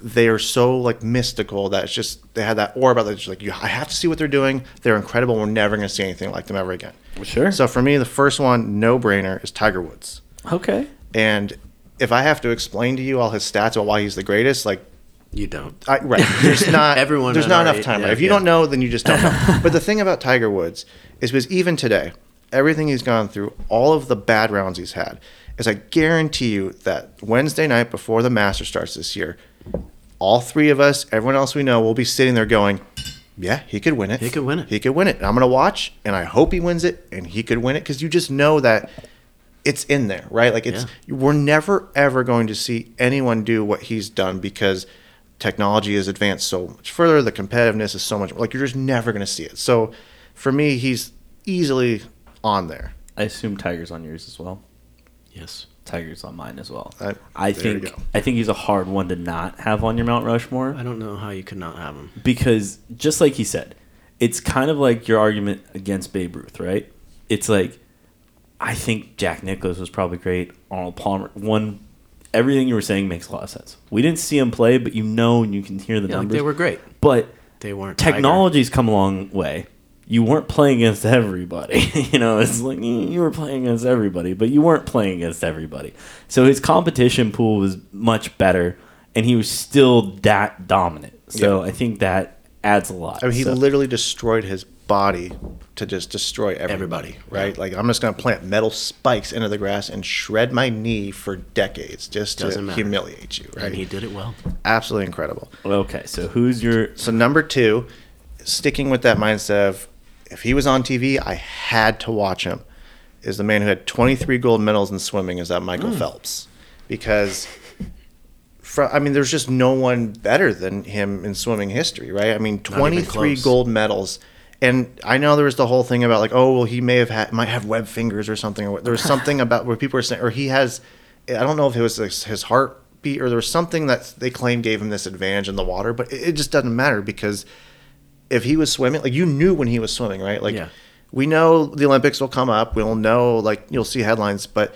Speaker 2: they are so like mystical that it's just they had that aura about them. It's just like you, I have to see what they're doing. They're incredible. We're never going to see anything like them ever again.
Speaker 3: Sure.
Speaker 2: So for me, the first one, no brainer, is Tiger Woods.
Speaker 3: okay.
Speaker 2: And if I have to explain to you all his stats about why he's the greatest, like
Speaker 1: you don't.
Speaker 2: I, right. There's not
Speaker 1: Everyone
Speaker 2: There's
Speaker 1: had
Speaker 2: not
Speaker 1: already-
Speaker 2: enough time.
Speaker 1: yeah,
Speaker 2: right? If you
Speaker 1: yeah.
Speaker 2: don't know, then you just don't know. but the thing about Tiger Woods is because even today, everything he's gone through, all of the bad rounds he's had, is I guarantee you that Wednesday night before the Master starts this year, all three of us, everyone else we know, will be sitting there going, "Yeah, he could win it.
Speaker 1: He could win it."
Speaker 2: He could win it." And I'm gonna watch, and I hope he wins it, and he could win it because you just know that. It's in there, right? Like it's
Speaker 1: Yeah.
Speaker 2: we're never ever going to see anyone do what he's done because technology has advanced so much further the competitiveness is so much like you're just never going to see it so for me he's easily on there
Speaker 3: I assume Tiger's on yours as well.
Speaker 1: Yes.
Speaker 3: Tiger's on mine as well.
Speaker 2: I-
Speaker 3: I
Speaker 2: Uh, there you
Speaker 3: think
Speaker 2: go.
Speaker 3: I think he's a hard one to not have on your Mount Rushmore
Speaker 1: I don't know how you could not have him.
Speaker 3: because just like he said, it's kind of like your argument against Babe Ruth, right? It's like I think Jack Nicklaus was probably great. Arnold Palmer. One, everything you were saying makes a lot of sense. We didn't see him play, but you know and you can hear the
Speaker 1: Yeah, like
Speaker 3: numbers.
Speaker 1: they were great.
Speaker 3: But
Speaker 1: They weren't Tiger.
Speaker 3: technology's come a long way. You weren't playing against everybody. you know, it's like mm, you were playing against everybody, but you weren't playing against everybody. So his competition pool was much better, and he was still that dominant. So I think that adds a lot.
Speaker 2: I mean, he
Speaker 3: So-
Speaker 2: literally destroyed his body to just destroy everybody,
Speaker 1: Everybody,
Speaker 2: right? Like I'm just going to plant metal spikes into the grass and shred my knee for decades just to
Speaker 1: Doesn't matter.
Speaker 2: humiliate you, right?
Speaker 1: and he did it well.
Speaker 2: Absolutely incredible.
Speaker 3: okay, so who's your?
Speaker 2: So number two, sticking with that mindset of if he was on TV, I had to watch him, is the man who had 23 gold medals in swimming, is that Michael
Speaker 1: Hmm.
Speaker 2: Phelps? Because fro- I mean, there's just no one better than him in swimming history, right? I mean,
Speaker 1: even
Speaker 2: 23
Speaker 1: close.
Speaker 2: gold medals. And I know there was the whole thing about like, oh, well, he may have had, might have web fingers or something. Or what- there was something about where people were saying, or he has, I don't know if it was his his heartbeat or there was something that they claim gave him this advantage in the water, but it, it just doesn't matter because if he was swimming, like you knew when he was swimming, right? Like
Speaker 1: Yeah.
Speaker 2: we know the Olympics will come up. We'll know, like you'll see headlines, but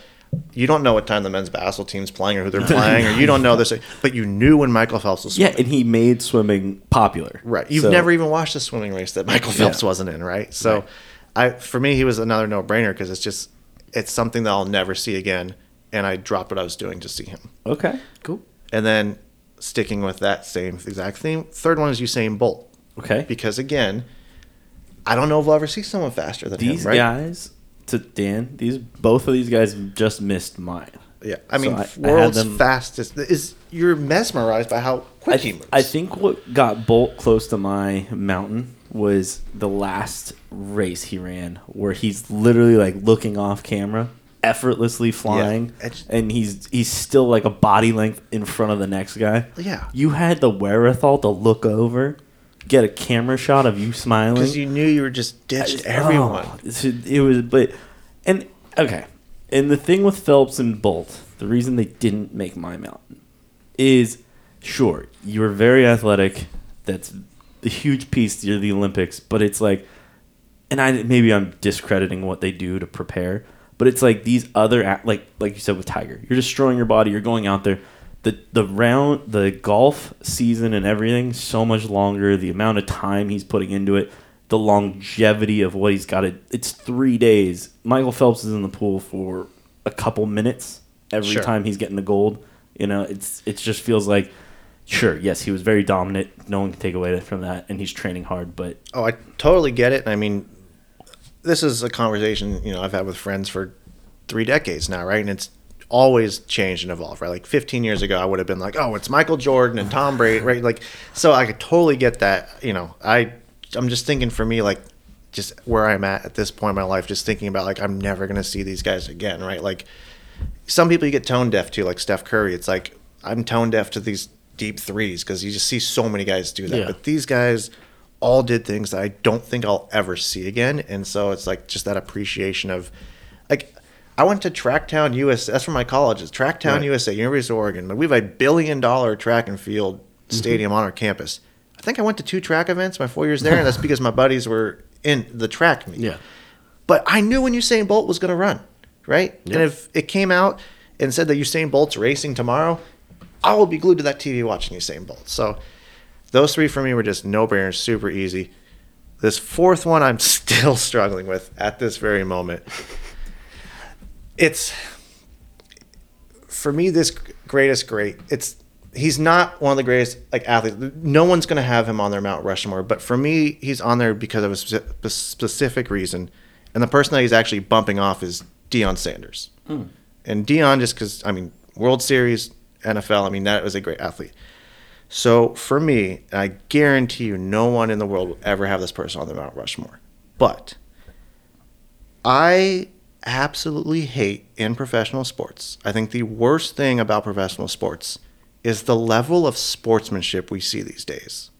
Speaker 2: you don't know what time the men's basketball team's playing or who they're playing, or you don't know this. But you knew when Michael Phelps was
Speaker 3: Yeah,
Speaker 2: swimming.
Speaker 3: and he made swimming popular.
Speaker 2: Right. You've
Speaker 3: So-
Speaker 2: never even watched a swimming race that Michael Phelps
Speaker 3: Yeah.
Speaker 2: wasn't in, right? So, I for me, he was another no brainer because it's just it's something that I'll never see again, and I dropped what I was doing to see him.
Speaker 3: Okay.
Speaker 1: Cool.
Speaker 2: And then sticking with that same exact theme, third one is Usain Bolt
Speaker 3: Okay.
Speaker 2: because again, I don't know if we'll ever see someone faster than
Speaker 3: these
Speaker 2: him, right?
Speaker 3: guys to Dan, these both of these guys just missed mine.
Speaker 2: Yeah, I
Speaker 3: So
Speaker 2: mean,
Speaker 3: I- I had
Speaker 2: world's
Speaker 3: them-
Speaker 2: fastest is you're mesmerized by how quick
Speaker 3: I,
Speaker 2: he
Speaker 3: th-
Speaker 2: moves.
Speaker 3: I think what got Bolt close to my mountain was the last race he ran, where he's literally like looking off camera, effortlessly flying,
Speaker 2: it's-
Speaker 3: and he's he's still like a body length in front of the next guy.
Speaker 2: Yeah.
Speaker 3: you had the wherewithal to look over, get a camera shot of you smiling
Speaker 2: because you knew you were just ditched
Speaker 3: Oh,
Speaker 2: everyone.
Speaker 3: it's- it was, but and okay, and the thing with Phelps and Bolt, the reason they didn't make my mountain is, sure, you're very athletic. That's the huge piece to the Olympics, but it's like, and I maybe I'm discrediting what they do to prepare, but it's like these other ath- like like you said with Tiger, you're destroying your body. You're going out there. The, the round the golf season and everything so much longer the amount of time he's putting into it the longevity of what he's got it it's three days michael phelps is in the pool for a couple minutes every
Speaker 2: Sure.
Speaker 3: time he's getting the gold you know it's it just feels like sure yes he was very dominant no one can take away from that and he's training hard but
Speaker 2: Oh, I totally get it. And I mean, this is a conversation you know I've had with friends for three decades now, right? And it's always changed and evolved, right? Like 15 years ago, I would have been like, "Oh, it's Michael Jordan and Tom Brady," right? Like, so I could totally get that. You know, I I'm just thinking for me, like, just where I'm at at this point in my life, just thinking about like I'm never gonna see these guys again, right? Like, some people you get tone deaf to, like Steph Curry. It's like I'm tone deaf to these deep threes because you just see so many guys do that.
Speaker 1: Yeah.
Speaker 2: But these guys all did things that I don't think I'll ever see again. And so it's like just that appreciation of like I went to Tracktown USA. That's where my college is. Tracktown
Speaker 1: Right.
Speaker 2: USA, University of Oregon. Like, we have a billion dollar track and field
Speaker 1: Mm-hmm.
Speaker 2: stadium on our campus. I think I went to two track events my four years there, and that's because my buddies were in the track meet.
Speaker 1: Yeah.
Speaker 2: But I knew when Usain Bolt was going to run, right? And if it came out and said that Usain Bolt's racing tomorrow, I will be glued to that TV watching Usain Bolt. So those three for me were just no brainers, super easy. This fourth one I'm still struggling with at this very moment. It's for me this greatest great. It's he's not one of the greatest like athletes. No one's going to have him on their Mount Rushmore, but for me he's on there because of a spe- specific reason. And the person that he's actually bumping off is Deion Sanders. And Deion just cuz I mean World Series, NFL, I mean that was a great athlete. So for me, and I guarantee you, no one in the world will ever have this person on the Mount Rushmore. But I absolutely hate in professional sports. I think the worst thing about professional sports is the level of sportsmanship we see these days.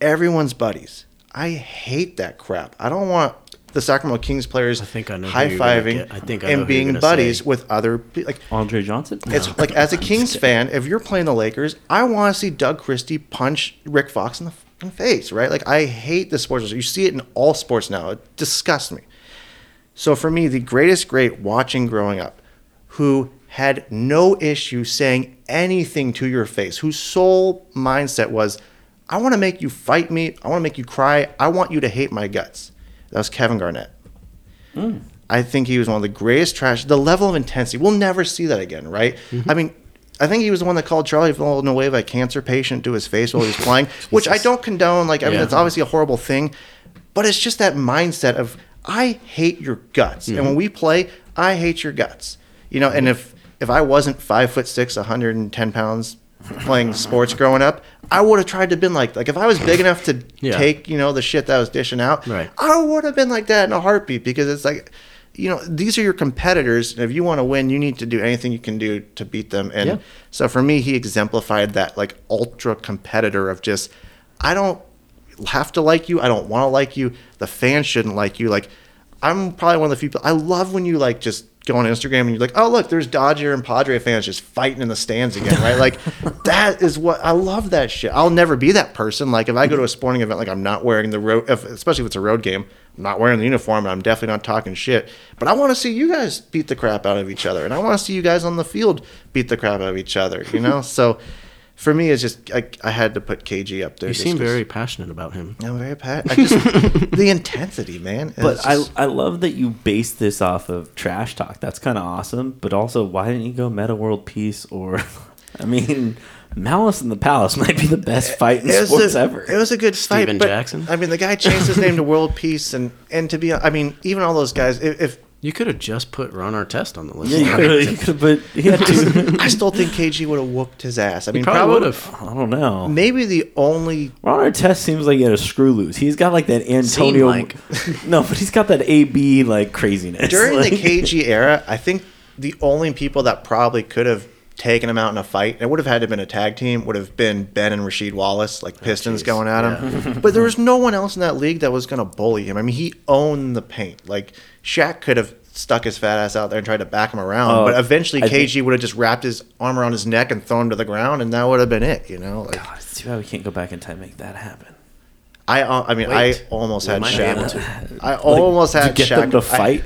Speaker 2: Everyone's buddies. I hate that crap. I don't want the Sacramento Kings players
Speaker 1: I think I know who
Speaker 2: high
Speaker 1: you're gonna get.
Speaker 2: fiving
Speaker 1: I think I know who
Speaker 2: and
Speaker 1: you're
Speaker 2: being
Speaker 1: gonna
Speaker 2: buddies
Speaker 1: say.
Speaker 2: with other pe- like
Speaker 3: andre johnson
Speaker 2: it's like as a Kings fan, if you're playing the Lakers, I want to see Doug Christie punch Rick Fox in the fucking face, right? Like I hate the sports. You see it in all sports now. It disgusts me. So for me, the greatest great watching growing up, who had no issue saying anything to your face, whose sole mindset was, I want to make you fight me. I want to make you cry. I want you to hate my guts. That was Kevin Garnett. I think he was one of the greatest trash. The level of intensity, we'll never see that again, right?
Speaker 1: Mm-hmm.
Speaker 2: I mean, I think he was the one that called Charlie Villanueva a cancer patient to his face while he was flying, which I don't condone. Like, I mean,
Speaker 1: Yeah.
Speaker 2: it's obviously a horrible thing, but it's just that mindset of I hate your guts, and
Speaker 1: Mm-hmm.
Speaker 2: when we play, I hate your guts. You know, and if if I wasn't five foot six, 110 pounds, playing sports growing up, I would have tried to been like like if I was big enough to
Speaker 1: Yeah.
Speaker 2: take you know the shit that I was dishing out,
Speaker 1: Right.
Speaker 2: I would have been like that in a heartbeat because it's like, you know, these are your competitors, and if you want to win, you need to do anything you can do to beat them. And
Speaker 1: Yeah.
Speaker 2: so for me, he exemplified that like ultra competitor of just, I don't have to like you, I don't want to like you, the fans shouldn't like you. Like, I'm probably one of the few people I love when you like just go on Instagram and you're like, oh look, there's Dodger and Padre fans just fighting in the stands again, right? Like, that is what I love that shit. I'll never be that person. Like, if I go to a sporting event, like I'm not wearing the road, if, especially if it's a road game, I'm not wearing the uniform, and I'm definitely not talking shit. But I want to see you guys beat the crap out of each other, and I want to see you guys on the field beat the crap out of each other. You know, so for me, it's just I, I had to put KG up there.
Speaker 1: You
Speaker 2: just
Speaker 1: seem
Speaker 2: 'cause-
Speaker 1: very passionate about him.
Speaker 2: I'm very pat. I just the intensity, man.
Speaker 3: But I, I love that you base this off of trash talk. That's kind of awesome. But also, why didn't you go Meta World Peace or, I mean, Malice in the Palace might be the best fight in sports
Speaker 2: a,
Speaker 3: ever.
Speaker 2: It was a good fight.
Speaker 1: Steven
Speaker 2: but,
Speaker 1: Jackson?
Speaker 2: I mean, the guy changed his name to World Peace, and and to be, I mean, even all those guys. If, if
Speaker 1: You could have just put Ron Artest on the list.
Speaker 3: yeah, you could have, you could have, but he had to.
Speaker 2: I still think KG would have whooped his ass. I mean,
Speaker 1: probably would have.
Speaker 3: I don't know.
Speaker 2: Maybe the only
Speaker 3: Ron Artest seems like he had a screw loose. He's got like that Antonio.
Speaker 1: like.
Speaker 3: no, but he's got that AB like craziness.
Speaker 2: during
Speaker 3: like,
Speaker 2: the KG era, I think the only people that probably could have taken him out in a fight, and it would have had to have been a tag team, would have been Ben and Rasheed Wallace, like Pistons
Speaker 1: Oh, jeez.
Speaker 2: going at him. but there was no one else in that league that was going to bully him. I mean, he owned the paint. Like Shaq could have stuck his fat ass out there and tried to back him around,
Speaker 3: Oh,
Speaker 2: but eventually
Speaker 3: I
Speaker 2: KG would have just wrapped his arm around his neck and thrown him to the ground, and that would have been it. You know, like
Speaker 3: God, it's too bad we can't go back in time and make that happen.
Speaker 2: I, uh, I mean,
Speaker 1: Wait.
Speaker 2: I almost
Speaker 1: We
Speaker 2: had
Speaker 1: might be able
Speaker 2: Shaq.
Speaker 1: to.
Speaker 2: I almost
Speaker 3: to
Speaker 2: had
Speaker 3: get
Speaker 2: Shaq
Speaker 3: them to
Speaker 2: I-
Speaker 3: fight.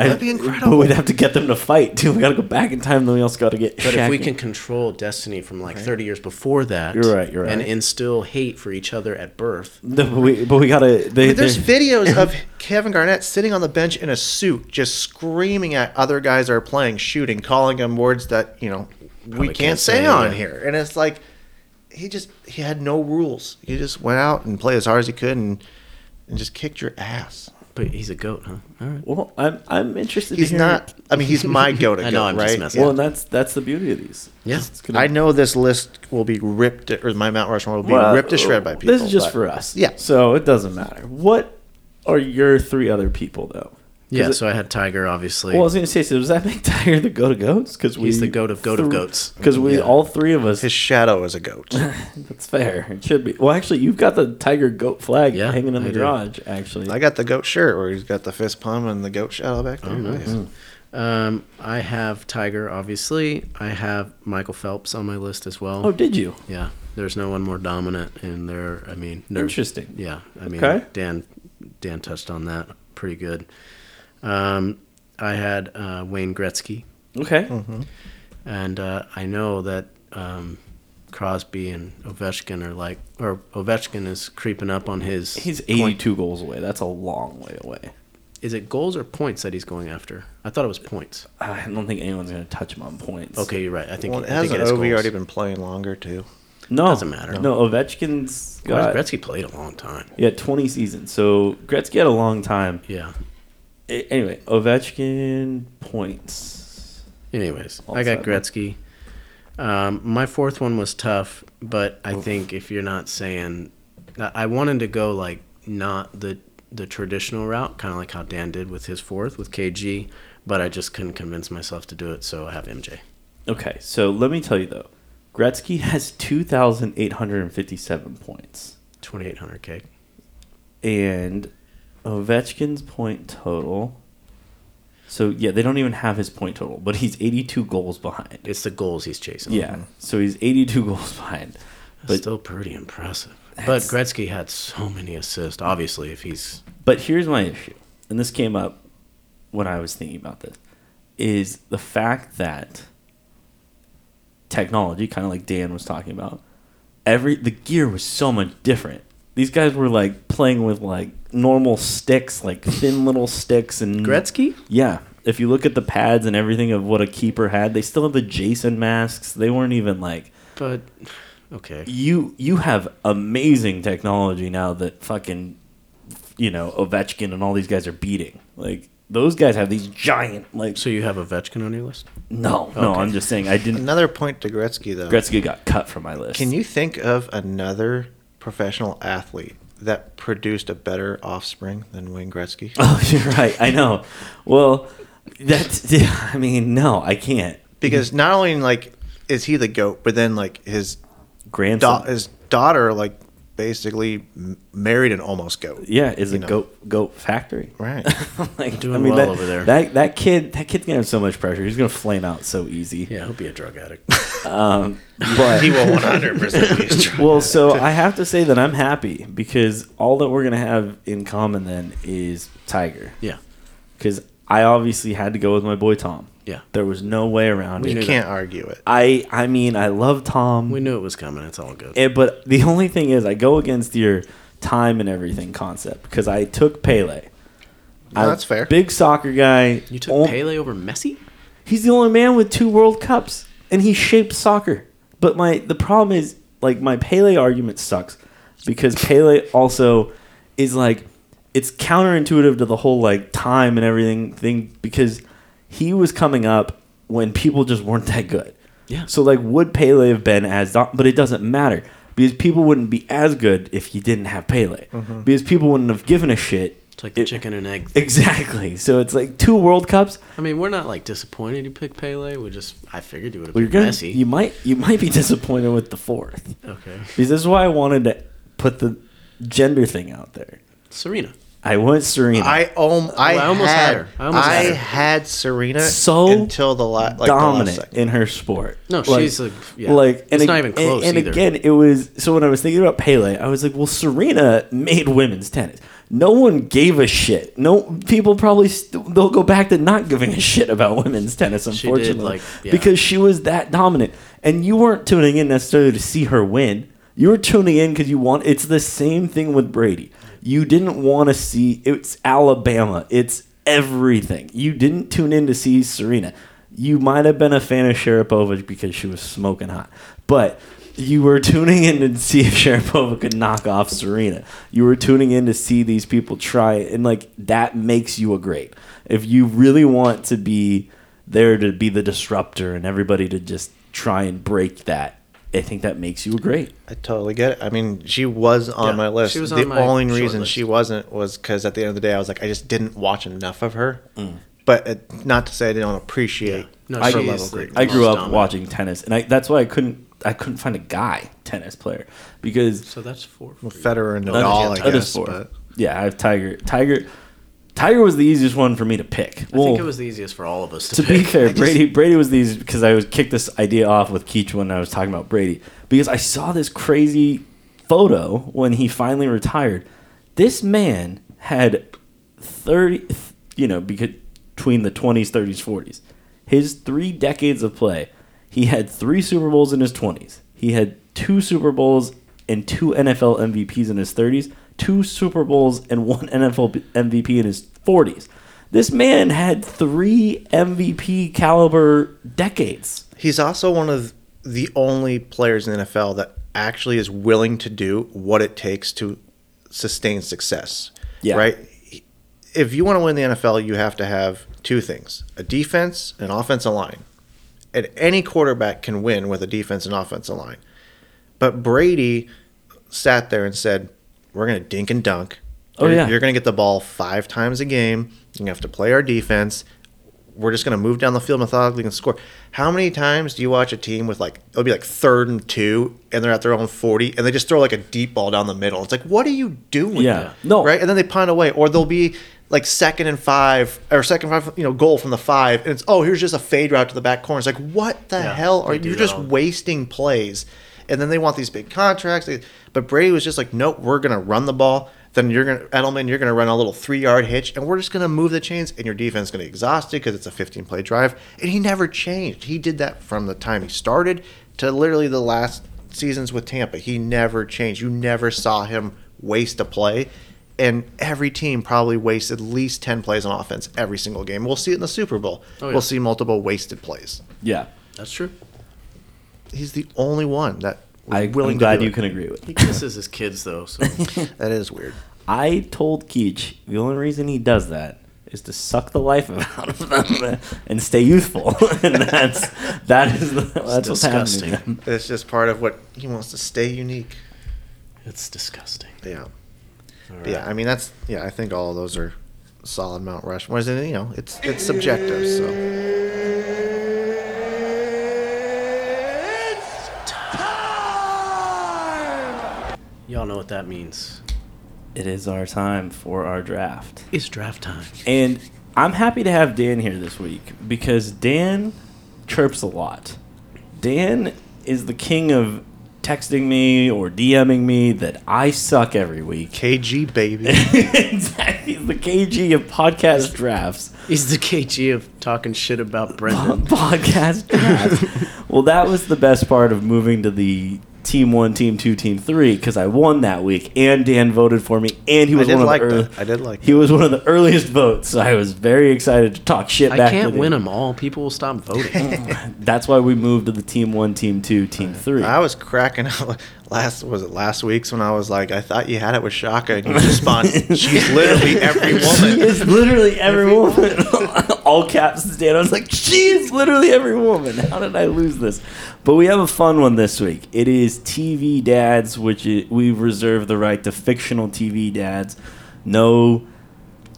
Speaker 3: I-
Speaker 2: That'd be
Speaker 3: But
Speaker 2: incredible.
Speaker 3: we'd have to get them to fight too. We got to go back in time. Then we also got to get.
Speaker 1: But if
Speaker 3: Shaq
Speaker 1: we
Speaker 3: in.
Speaker 1: can control destiny from like 30 years before that,
Speaker 3: You're right, you're
Speaker 1: and
Speaker 3: right.
Speaker 1: instill hate for each other at birth,
Speaker 3: No, but we, but we gotta. They,
Speaker 2: But there's
Speaker 3: they-
Speaker 2: videos of Kevin Garnett sitting on the bench in a suit, just screaming at other guys that are playing, shooting, calling them words that you know we
Speaker 1: Probably
Speaker 2: can't,
Speaker 1: can't
Speaker 2: say
Speaker 1: say,
Speaker 2: on
Speaker 1: yeah.
Speaker 2: here. And it's like he just he had no rules. He just went out and played as hard as he could and and just kicked your ass.
Speaker 1: but he's a goat, huh? All right.
Speaker 3: well, I'm I'm interested. to
Speaker 2: He's
Speaker 3: hear-
Speaker 2: not. I mean, he's my go to
Speaker 1: I
Speaker 2: go.
Speaker 1: know, I'm just
Speaker 2: right?
Speaker 1: messing
Speaker 3: Well,
Speaker 1: Yeah.
Speaker 3: and that's that's the beauty of these.
Speaker 1: Yeah.
Speaker 3: gonna-
Speaker 2: I know this list will be ripped, or my Mount Rushmore will be
Speaker 3: Well,
Speaker 2: ripped to shred by people.
Speaker 3: This is just
Speaker 2: but-
Speaker 3: for us.
Speaker 2: Yeah.
Speaker 3: So it doesn't matter. What are your three other people though? 'Cause
Speaker 1: Yeah,
Speaker 3: it-
Speaker 1: so I had Tiger, obviously.
Speaker 3: well, I was gonna say, so does that make Tiger the goat of goats? Because
Speaker 1: He's the goat of goat of goats.
Speaker 3: Because we
Speaker 1: Yeah.
Speaker 3: all three of us.
Speaker 2: His shadow is a goat.
Speaker 3: That's fair. It should be. Well, actually, you've got the tiger goat flag
Speaker 1: Yeah,
Speaker 3: hanging in the
Speaker 1: I do.
Speaker 3: garage. Actually,
Speaker 2: I got the goat shirt where he's got the fist palm and the goat shadow back
Speaker 1: Oh,
Speaker 2: there. Nice.
Speaker 1: um, I have Tiger, obviously. I have Michael Phelps on my list as well.
Speaker 3: oh, did you?
Speaker 1: Yeah, there's no one more dominant in there. I mean, no-
Speaker 3: Interesting.
Speaker 1: Yeah, I mean,
Speaker 3: Okay.
Speaker 1: Dan Dan touched on that pretty good. Um, I had uh, Wayne Gretzky,
Speaker 3: Okay.
Speaker 1: Hmm. and uh, I know that um, Crosby and Ovechkin are like, or Ovechkin is creeping up on his.
Speaker 3: He's 82 goals away. That's a long way away.
Speaker 1: Is it goals or points that he's going after? I thought it was points.
Speaker 3: I don't think anyone's going to touch him on points.
Speaker 1: Okay, you're right. I think
Speaker 2: Well,
Speaker 1: I think
Speaker 2: hasn't
Speaker 1: it is
Speaker 2: Ovi
Speaker 1: goals.
Speaker 2: already been playing longer too?
Speaker 3: No,
Speaker 1: Doesn't matter.
Speaker 3: No, Ovechkin's
Speaker 1: Why
Speaker 3: got
Speaker 1: has Gretzky played a long time.
Speaker 3: yeah 20 seasons. So Gretzky had a long time.
Speaker 1: Yeah.
Speaker 3: A- Anyway, Ovechkin points.
Speaker 1: Anyways,
Speaker 3: All
Speaker 1: I got
Speaker 3: seven.
Speaker 1: Gretzky. Um, my fourth one was tough, but I think if you're not saying, I I wanted to go like not the the traditional route, kind of like how Dan did with his fourth with KG, but I just couldn't convince myself to do it, so I have MJ.
Speaker 3: Okay, so let me tell you though, Gretzky has 2,857 points.
Speaker 1: 2800 cake.
Speaker 3: and Ovechkin's point total. So yeah, they don't even have his point total, but he's 82 goals behind.
Speaker 1: It's the goals he's chasing.
Speaker 3: Yeah, so he's 82 goals behind.
Speaker 1: That's
Speaker 3: But
Speaker 1: still pretty impressive. But
Speaker 3: That's-
Speaker 1: Gretzky had so many assists. Obviously, if he's
Speaker 3: but here's my issue, and this came up when I was thinking about this is the fact that technology, kind of like Dan was talking about, every the gear was so much different. These guys were like playing with like normal sticks, like thin little sticks and
Speaker 1: Gretzky?
Speaker 3: Yeah. If you look at the pads and everything of what a keeper had, they still had the Jason masks. They weren't even like
Speaker 1: But okay.
Speaker 3: you you have amazing technology now that fucking you know Ovechkin and all these guys are beating. Like those guys have these giant like
Speaker 1: So you have Ovechkin on your list?
Speaker 3: no no.
Speaker 1: Okay.
Speaker 3: I'm just saying I didn't.
Speaker 2: Another point to Gretzky though.
Speaker 3: Gretzky got cut from my list.
Speaker 2: Can you think of another professional athlete that produced a better offspring than Wayne Gretzky?
Speaker 3: Oh, you're right. I know. Well, that's. I mean, no, I can't.
Speaker 2: Because not only like is he the goat, but then like his da-
Speaker 3: Grandson.
Speaker 2: his daughter like basically m- married an almost goat.
Speaker 3: yeah, is a
Speaker 2: know.
Speaker 3: goat goat factory.
Speaker 2: Right.
Speaker 3: like,
Speaker 1: Doing
Speaker 3: I mean,
Speaker 1: well
Speaker 3: that,
Speaker 1: over there.
Speaker 3: That that kid that kid's gonna have so much pressure. He's gonna flame out so easy.
Speaker 1: Yeah, he'll be a drug addict. Uh,
Speaker 3: Um, but
Speaker 2: He will 100% be a strong-
Speaker 3: well, so I have to say that I'm happy because all that we're gonna have in common then is Tiger.
Speaker 1: yeah.
Speaker 3: Because I obviously had to go with my boy Tom.
Speaker 1: Yeah.
Speaker 3: There was no way around
Speaker 1: We
Speaker 3: it.
Speaker 1: knew-
Speaker 2: You can't argue it.
Speaker 3: I I mean I love Tom.
Speaker 1: We knew it was coming. It's all good.
Speaker 3: Eh, but the only thing is, I go against your time and everything concept because I took Pele.
Speaker 2: No,
Speaker 3: I'm
Speaker 2: that's fair.
Speaker 3: Big soccer guy.
Speaker 1: you took
Speaker 3: Ol-
Speaker 1: Pele over Messi?
Speaker 3: He's the only man with two World Cups, and he shaped soccer. But my the problem is, like my Pele argument sucks because Pele also is like it's counterintuitive to the whole like time and everything thing because he was coming up when people just weren't that good.
Speaker 1: Yeah.
Speaker 3: So like, would Pele have been as? do- But it doesn't matter because people wouldn't be as good if he didn't have Pele. Because people wouldn't have given a shit.
Speaker 1: Mm-hmm. It's like the
Speaker 3: It-
Speaker 1: chicken and egg.
Speaker 3: Exactly. So it's like two World Cups.
Speaker 1: I mean, we're not like disappointed you picked Pele. We just, I figured you would have
Speaker 3: Well, you're
Speaker 1: picked
Speaker 3: gonna,
Speaker 1: Messi.
Speaker 3: you might you might be disappointed with the fourth.
Speaker 1: okay.
Speaker 3: Because this is why I wanted to put the gender thing out there.
Speaker 1: Serena.
Speaker 3: I went Serena.
Speaker 2: I, om- I,
Speaker 1: I
Speaker 2: almost had, her. I,
Speaker 1: almost had her.
Speaker 2: had Serena
Speaker 3: So
Speaker 2: until the, la- like the last
Speaker 3: dominant
Speaker 2: second.
Speaker 3: in her sport.
Speaker 1: No,
Speaker 3: Like-
Speaker 1: she's a. Yeah.
Speaker 3: Like
Speaker 1: it's
Speaker 3: ag-
Speaker 1: not even close
Speaker 3: And,
Speaker 1: either.
Speaker 3: again, it was so when I was thinking about Pele, I was like, well, Serena made women's tennis. No one gave a shit. No people probably st- they'll go back to not giving a shit about women's tennis,
Speaker 1: did,
Speaker 3: unfortunately,
Speaker 1: like, yeah.
Speaker 3: because she was that dominant. And you weren't tuning in necessarily to see her win. You were tuning in because you want. It's the same thing with Brady. You didn't want to see. It's Alabama. It's everything. You didn't tune in to see Serena. You might have been a fan of Sharapova because she was smoking hot, but you were tuning in to see if Sharapova could knock off Serena. You were tuning in to see these people try, and like that makes you a great. If you really want to be there to be the disruptor and everybody to just try and break that, I think that makes you a great.
Speaker 2: I totally get it. I mean, she was on
Speaker 1: Yeah,
Speaker 2: my list.
Speaker 1: she was
Speaker 2: the
Speaker 1: on my
Speaker 2: only
Speaker 1: short
Speaker 2: reason
Speaker 1: list.
Speaker 2: she wasn't was because at the end of the day, I was like, I just didn't watch enough of her. But it, not to say I don't appreciate
Speaker 1: Mm. No,
Speaker 2: her
Speaker 1: she's
Speaker 2: level of
Speaker 1: the-
Speaker 2: greatness.
Speaker 3: I grew
Speaker 1: Most
Speaker 3: up
Speaker 1: dominant.
Speaker 3: watching tennis, and I, that's why I couldn't. I couldn't find a guy tennis player because
Speaker 1: so that's four. for you.
Speaker 2: Federer and
Speaker 3: Other-
Speaker 2: Nadal, I
Speaker 3: other
Speaker 2: guess.
Speaker 3: sport.
Speaker 2: But
Speaker 3: yeah, I have Tiger. Tiger, Tiger was the easiest one for me to pick.
Speaker 1: I think it was the easiest for all of us to,
Speaker 3: to
Speaker 1: pick.
Speaker 3: be fair, Brady Brady was these because I was kicked this idea off with Keach when I was talking about Brady because I saw this crazy photo when he finally retired. This man had thirty, you know, because between the twenties, thirties, forties, his three decades of play, he had three Super Bowls in his twenties. He had two Super Bowls and two NFL MVPs in his thirties, two Super Bowls and one NFL MVP in his forties. This man had three MVP caliber decades.
Speaker 2: he's also one of the only players in the NFL that actually is willing to do what it takes to sustain success.
Speaker 3: Yeah.
Speaker 2: Right? If you want to win the NFL, you have to have two things a defense and offensive line. And any quarterback can win with a defense and offensive line. But Brady sat there and said, We're going to dink and dunk.
Speaker 3: Oh,
Speaker 2: You're-
Speaker 3: yeah.
Speaker 2: You're going to get the ball five times a game. You have to play our defense we're just going to move down the field methodically and score. How many times do you watch a team with like it'll be like third and two and they're at their own forty and they just throw like a deep ball down the middle? It's like what are you doing?
Speaker 3: Yeah. No.
Speaker 2: right, and then they punt away, or they'll be like second and five or second five, you know, goal from the five, and it's oh here's just a fade route to the back corner. It's like what the
Speaker 1: Yeah,
Speaker 2: hell are
Speaker 1: they do
Speaker 2: you
Speaker 1: that
Speaker 2: just
Speaker 1: all the time.
Speaker 2: wasting plays? And then they want these big contracts, They- but Brady was just like, nope, we're going to run the ball. then you're gonna Edelman, you're gonna run a little three yard hitch, and we're just gonna move the chains, and your defense is gonna be exhausted because it's a 15 play drive. And he never changed. He did that from the time he started to literally the last seasons with Tampa. He never changed. You never saw him waste a play. And every team probably wastes at least 10 plays on offense every single game. We'll see it in the Super Bowl.
Speaker 1: Oh, yeah.
Speaker 2: We'll see multiple wasted plays.
Speaker 3: Yeah.
Speaker 1: That's true.
Speaker 2: He's the only one that was
Speaker 3: I,
Speaker 2: willing
Speaker 3: I'm glad
Speaker 2: to do
Speaker 3: you
Speaker 2: it.
Speaker 3: can agree with.
Speaker 1: He kisses his kids though, so
Speaker 2: That is weird.
Speaker 3: I told Keach the only reason he does that is to suck the life out of them and stay youthful, and that's that is the, that's what's happening.
Speaker 1: disgusting.
Speaker 3: to them.
Speaker 2: It's just part of what he wants to stay unique.
Speaker 1: it's disgusting.
Speaker 2: Yeah.
Speaker 1: All
Speaker 2: But
Speaker 1: right.
Speaker 2: Yeah, I mean that's yeah. I think all of those are solid Mount Rushmore. And you know, it's it's subjective. So
Speaker 1: Y'all know what that means.
Speaker 3: It is our time for our draft,
Speaker 1: It's draft time.
Speaker 3: and I'm happy to have Dan here this week because Dan chirps a lot. Dan is the king of texting me or DMing me that I suck every week.
Speaker 2: KG baby.
Speaker 3: exactly, he's the KG of podcast drafts.
Speaker 1: He's the KG of talking shit about Brendan.
Speaker 3: podcast draft. well, that was the best part of moving to the team one, team two, team three because I won that week, and Dan voted for me, and he was
Speaker 2: did
Speaker 3: one of
Speaker 2: like
Speaker 3: the early,
Speaker 2: that. I did like
Speaker 3: He was one of the earliest votes, so I was very excited to talk shit.
Speaker 1: I
Speaker 3: back
Speaker 1: can't
Speaker 3: to the-
Speaker 1: win them all. People will stop voting.
Speaker 3: That's why we moved to the team one, team two, team three.
Speaker 2: I was cracking up last was it last week's when I was like, I thought you had it with Shaka, and you responded, she's literally every
Speaker 3: She
Speaker 2: woman.
Speaker 3: is literally every woman. All caps to Dan. I was like, she is literally every woman. How did I lose this? But we have a fun one this week. It is TV dads, which i we've reserved the right to fictional TV dads. No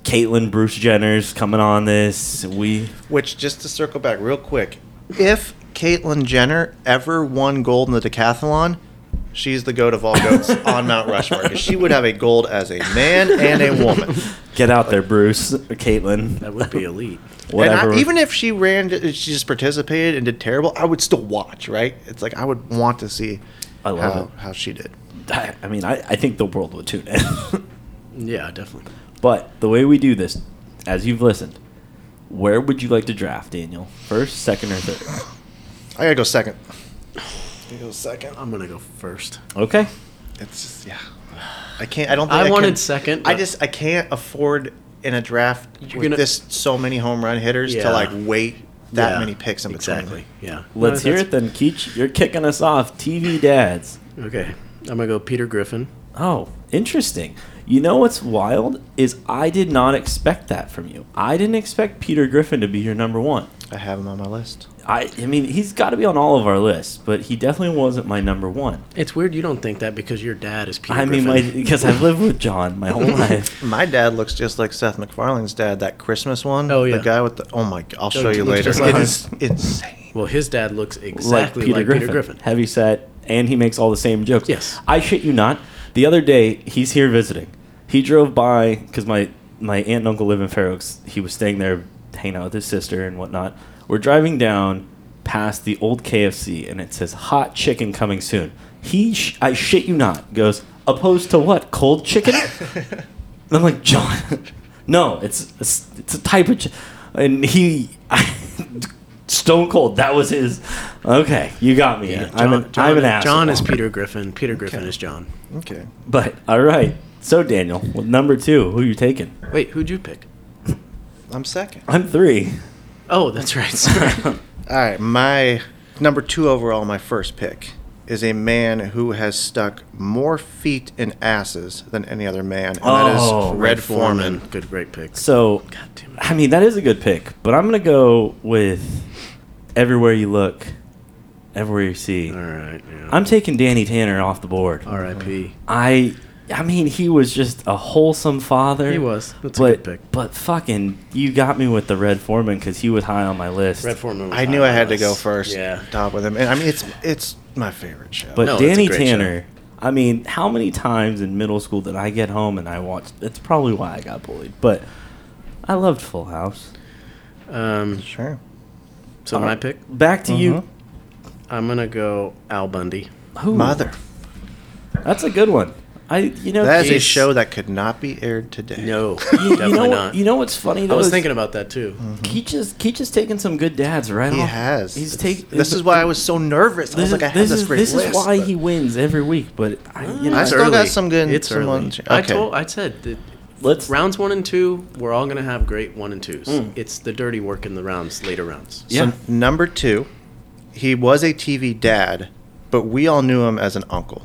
Speaker 3: Caitlyn Bruce Jenner's coming on this. We
Speaker 2: Which just to circle back real quick, if Caitlyn Jenner ever won gold in the decathlon. She's the goat of all goats on Mount Rushmore. 'cause She would have a gold as a man and a woman.
Speaker 3: get out there, Bruce, Caitlyn,
Speaker 1: that would be elite.
Speaker 3: whatever.
Speaker 2: And I, even if she ran, she just participated and did terrible, I would still watch. Right? It's like I would want to see
Speaker 3: I love
Speaker 2: how,
Speaker 3: it.
Speaker 2: how she did.
Speaker 3: I, I mean, I, I think the world would tune in.
Speaker 1: Yeah, definitely.
Speaker 3: But the way we do this, as you've listened, where would you like to draft, Daniel? First, second, or third?
Speaker 2: I gotta go second. I go second.
Speaker 1: I'm gonna go first.
Speaker 3: Okay.
Speaker 2: It's just yeah. I can't. I don't. Think
Speaker 1: I
Speaker 2: can-
Speaker 1: wanted second,
Speaker 2: I
Speaker 1: but-
Speaker 2: just I can't afford in a draft with
Speaker 1: gonna-
Speaker 2: this so many home run hitters
Speaker 1: Yeah.
Speaker 2: to like wait that
Speaker 1: Yeah,
Speaker 2: many picks in between.
Speaker 1: Exactly. Yeah.
Speaker 3: Let's
Speaker 1: No,
Speaker 3: hear it then, Keach. You're kicking us off. TV dads.
Speaker 1: that's- Okay, I'm gonna go Peter Griffin.
Speaker 3: Oh, interesting. You know what's wild is I did not expect that from you. I didn't expect Peter Griffin to be your number one.
Speaker 2: I have him on my list.
Speaker 3: I, I mean, he's got to be on all of our lists, but he definitely wasn't my number one.
Speaker 1: It's weird you don't think that because your dad is Peter.
Speaker 3: I mean, my,
Speaker 1: Griffin.
Speaker 3: because I've lived with John my whole life.
Speaker 2: My dad looks just like Seth MacFarlane's dad. That Christmas one.
Speaker 1: Oh, yeah.
Speaker 2: The guy with the. Oh my. God, I'll show
Speaker 1: he
Speaker 2: you
Speaker 1: looks
Speaker 2: later.
Speaker 1: just like
Speaker 2: It
Speaker 1: him.
Speaker 2: is insane.
Speaker 1: well, his dad looks exactly like Peter, Griffin.
Speaker 3: Heavy set, and he makes all the same jokes.
Speaker 1: Yes.
Speaker 3: I shit you not. The other day, he's here visiting. He drove by because my my aunt and uncle live in Fair Oaks. He was staying there, hanging out with his sister and whatnot. We're driving down past the old KFC, and it says "Hot chicken coming soon." He, sh- I shit you not, goes opposed to what? Cold chicken. And I'm like, John, no, it's it's, it's a type of, ch-. and he, Stone Cold. That was his. Okay, you got me.
Speaker 1: Yeah,
Speaker 3: I'm an, I'm an asshole.
Speaker 1: John is Peter Griffin. Peter Griffin is John.
Speaker 2: Okay.
Speaker 3: But all right. So Daniel, well, number two, who you taking?
Speaker 1: Wait, who'd you pick?
Speaker 2: I'm second.
Speaker 3: I'm three.
Speaker 1: Oh, that's right. Sorry.
Speaker 2: All right, my number two overall, my first pick, is a man who has stuck more feet in asses than any other man, and
Speaker 3: Oh,
Speaker 2: that is Red Foreman.
Speaker 1: Good, great pick.
Speaker 3: So,
Speaker 1: damn it.
Speaker 3: I mean, that is a good pick. But I'm gonna go with everywhere you look, everywhere you see.
Speaker 1: All right. Yeah.
Speaker 3: I'm taking Danny Tanner off the board.
Speaker 1: R.I.P.
Speaker 3: I I mean he was just a wholesome father.
Speaker 1: He was. That's a
Speaker 3: but,
Speaker 1: good pick.
Speaker 3: But fucking, you got me with the Red Foreman because he was high on my list.
Speaker 1: Red Foreman. was
Speaker 2: I
Speaker 1: high
Speaker 2: knew I
Speaker 1: on
Speaker 2: had to
Speaker 1: us.
Speaker 2: go first.
Speaker 1: Yeah.
Speaker 2: Top with him, and I mean it's it's my favorite show.
Speaker 3: But
Speaker 1: No, it's a
Speaker 3: Danny
Speaker 1: great show.
Speaker 3: Tanner. I mean, how many times in middle school did I get home and I watched? That's probably why I got bullied. But I loved Full House.
Speaker 1: Um,
Speaker 2: sure,
Speaker 1: so my pick.
Speaker 3: Back to you.
Speaker 2: Mm-hmm.
Speaker 1: I'm gonna go Al Bundy.
Speaker 3: Ooh,
Speaker 2: mother.
Speaker 3: That's a good one. I you know
Speaker 2: That is a
Speaker 1: It's-
Speaker 2: show that could not be aired today.
Speaker 1: No,
Speaker 3: you,
Speaker 1: definitely
Speaker 3: you know
Speaker 1: not.
Speaker 3: you know what's funny
Speaker 1: I
Speaker 3: though
Speaker 1: was
Speaker 3: is
Speaker 1: thinking about that too.
Speaker 3: Keach is Keach is taking some good dads right
Speaker 2: He
Speaker 3: off.
Speaker 2: has.
Speaker 3: He's
Speaker 2: It's-
Speaker 3: taking
Speaker 2: this is why I was so nervous. I was
Speaker 3: This,
Speaker 2: like, I
Speaker 3: is-
Speaker 2: have
Speaker 3: this
Speaker 2: this,
Speaker 3: is
Speaker 2: great
Speaker 3: this
Speaker 2: list,
Speaker 3: is why
Speaker 2: but-
Speaker 3: he wins every week, but I, you know,
Speaker 2: I
Speaker 1: It's
Speaker 2: still got
Speaker 1: early.
Speaker 2: some good-
Speaker 1: It's
Speaker 2: some
Speaker 1: early.
Speaker 2: ones.
Speaker 1: I
Speaker 2: Okay.
Speaker 1: told. I said that
Speaker 3: let's
Speaker 1: rounds one and two, we're all gonna have great one and twos.
Speaker 2: Mm.
Speaker 1: It's the dirty work in the rounds, later rounds.
Speaker 3: Yeah.
Speaker 2: So number two, he was a TV dad, but we all knew him as an uncle.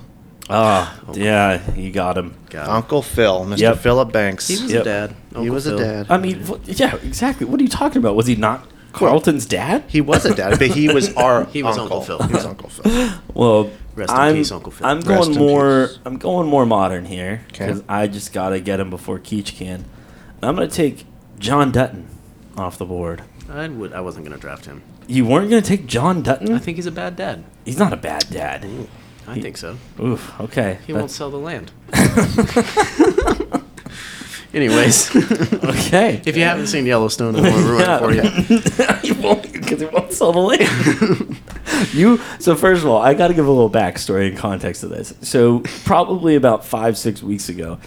Speaker 3: Ah, yeah, you got him.
Speaker 1: God.
Speaker 2: Uncle Phil, Mr.
Speaker 3: Yep.
Speaker 2: Philip Banks.
Speaker 1: He was
Speaker 3: Yep.
Speaker 1: a dad. Uncle
Speaker 2: was a
Speaker 1: Phil.
Speaker 2: dad.
Speaker 3: I mean, wh- yeah, exactly. What are you talking about? Was he not Carlton's dad?
Speaker 2: He was a dad, but he was our
Speaker 1: He was Uncle Phil.
Speaker 2: He was Uncle Phil.
Speaker 3: Well,
Speaker 1: Rest in
Speaker 3: I'm,
Speaker 1: peace, Uncle Phil.
Speaker 3: I'm
Speaker 2: Rest
Speaker 3: going
Speaker 2: in
Speaker 3: more.
Speaker 2: peace.
Speaker 3: I'm going more modern here
Speaker 2: 'Kay.
Speaker 3: because I just gotta get him before Keach can. And I'm gonna take John Dutton off the board.
Speaker 1: I would. I wasn't gonna draft him.
Speaker 3: You weren't gonna take John
Speaker 2: Mm.
Speaker 3: Dutton?
Speaker 1: I think he's a bad dad.
Speaker 3: he's not a bad dad.
Speaker 1: I think so.
Speaker 3: Oof. Okay.
Speaker 1: He
Speaker 3: that-
Speaker 1: won't sell the land. Anyways,
Speaker 3: Okay.
Speaker 1: if you haven't seen Yellowstone, I want to ruin it for you.
Speaker 3: you won't because it won't sell the land. you so first of all, I got to give a little backstory and context to this. So probably about five six weeks ago,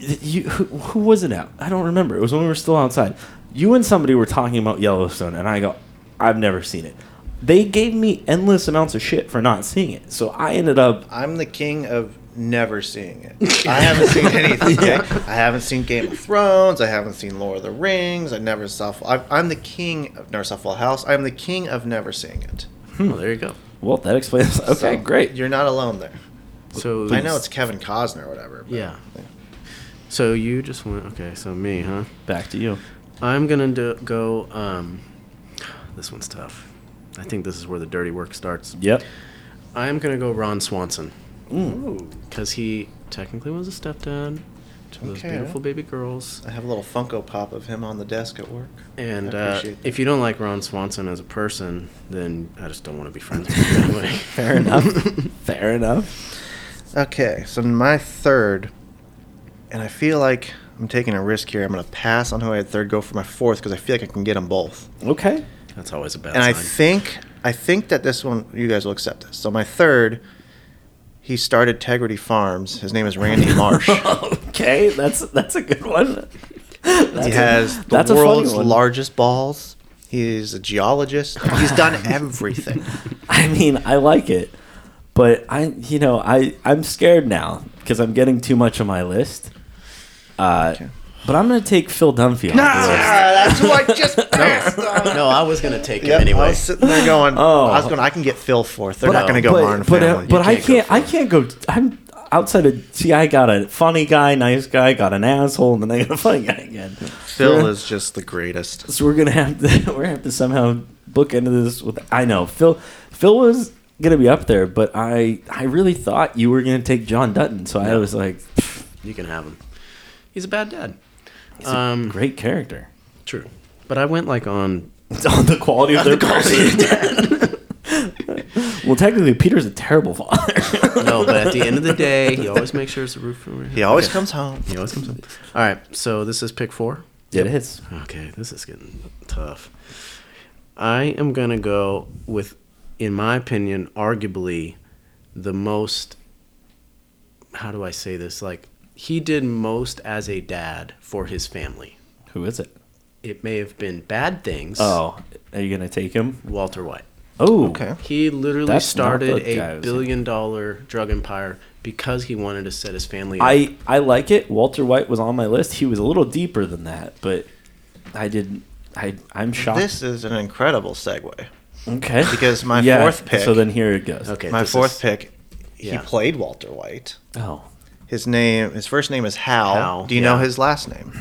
Speaker 3: th- you who, who was it out? I don't remember. It was when we were still outside. You and somebody were talking about Yellowstone, and I go, I've never seen it. They gave me endless amounts of shit for not seeing it, so I ended up
Speaker 2: I'm the king of never seeing it. I haven't seen anything. okay? I haven't seen Game of Thrones. I haven't seen Lord of the Rings. I never saw. i I'm the king of never saw Full House. I'm the king of never seeing it.
Speaker 1: Well, hmm, there you go.
Speaker 3: Well, that explains. Okay,
Speaker 2: So,
Speaker 3: great.
Speaker 2: You're not alone there.
Speaker 1: So
Speaker 2: I know it's Kevin Costner or whatever. but-
Speaker 1: Yeah. So you just went okay. So me, huh?
Speaker 3: Back to you.
Speaker 1: I'm gonna do, go. Um, this one's tough. I think this is where the dirty work starts.
Speaker 3: Yep.
Speaker 1: I'm gonna go Ron Swanson
Speaker 3: Mm.
Speaker 2: Ooh,
Speaker 1: because he technically was a stepdad to those
Speaker 2: Okay.
Speaker 1: beautiful baby girls.
Speaker 2: I have a little Funko Pop of him on the desk at work.
Speaker 1: And
Speaker 2: I
Speaker 1: uh,
Speaker 2: appreciate that.
Speaker 1: if you don't like Ron Swanson as a person, then I just don't want to be friends with you anyway.
Speaker 3: Fair enough. Fair enough.
Speaker 2: Okay, so my third, and I feel like I'm taking a risk here. I'm going to pass on who I had third go for my fourth because I feel like I can get them both.
Speaker 3: Okay.
Speaker 1: That's always a bad
Speaker 2: and I
Speaker 1: sign.
Speaker 2: think I think that this one you guys will accept this. So my third, he started Tegrity Farms. His name is Randy Marsh.
Speaker 3: okay, that's that's a good one. That's
Speaker 2: he
Speaker 3: a-
Speaker 2: has the
Speaker 3: that's a funny
Speaker 2: world's
Speaker 3: one.
Speaker 2: largest balls. He's a geologist. He's done everything.
Speaker 3: I mean, I like it, but I, you know, I I'm scared now because I'm getting too much on my list. Uh, but I'm gonna take Phil Dunphy. off the list.
Speaker 2: that's who I just passed on.
Speaker 1: no, I was gonna take him
Speaker 2: Yep, I
Speaker 1: anyway.
Speaker 2: was sitting there going,
Speaker 3: Oh.
Speaker 2: I was going, I can get Phil fourth. They're not going to go
Speaker 3: but,
Speaker 2: Martin
Speaker 3: but, uh,
Speaker 2: Family.
Speaker 3: but I
Speaker 1: can't go
Speaker 3: can't. I can't go. I'm outside of. See, I got a funny guy, nice guy, got an asshole, and then I got a funny guy again.
Speaker 2: Phil is just the greatest.
Speaker 3: So we're gonna have to we're gonna have to somehow book into this with I know Phil Phil was gonna be up there, but I I really thought you were gonna take John Dutton, so I was like, pff,
Speaker 1: You can have him. He's a bad dad.
Speaker 3: he's a
Speaker 1: Um,
Speaker 3: great character.
Speaker 1: True. But I went like on
Speaker 3: It's on the quality of their person. well, technically, Peter's a terrible father.
Speaker 1: no, but at the end of the day, he always makes sure it's a roof over
Speaker 2: He always comes home.
Speaker 1: He always comes up. All right, so this is pick four.
Speaker 3: It is.
Speaker 1: Okay, this is getting tough. I am gonna go with, in my opinion, arguably the most. How do I say this? Like he did most as a dad for his family.
Speaker 3: Who is it?
Speaker 1: It may have been bad things.
Speaker 3: Oh, are you gonna take him?
Speaker 1: Walter White.
Speaker 3: Oh,
Speaker 2: Okay.
Speaker 1: He literally
Speaker 3: That's not the
Speaker 1: started
Speaker 3: guy I
Speaker 1: a
Speaker 3: was
Speaker 1: billion dollar drug empire because he wanted to set his family up.
Speaker 3: I I like it. Walter White was on my list. He was a little deeper than that, but I didn't. I I'm shocked.
Speaker 2: This is an incredible segue.
Speaker 3: Okay.
Speaker 2: Because my fourth pick-
Speaker 3: So then here it goes.
Speaker 1: Okay,
Speaker 2: My
Speaker 1: this
Speaker 2: fourth
Speaker 1: is-
Speaker 2: pick. He
Speaker 1: yeah.
Speaker 2: played Walter White.
Speaker 3: Oh.
Speaker 2: His name, his first name is Hal.
Speaker 1: Hal,
Speaker 2: Do you
Speaker 1: yeah.
Speaker 2: know his last name?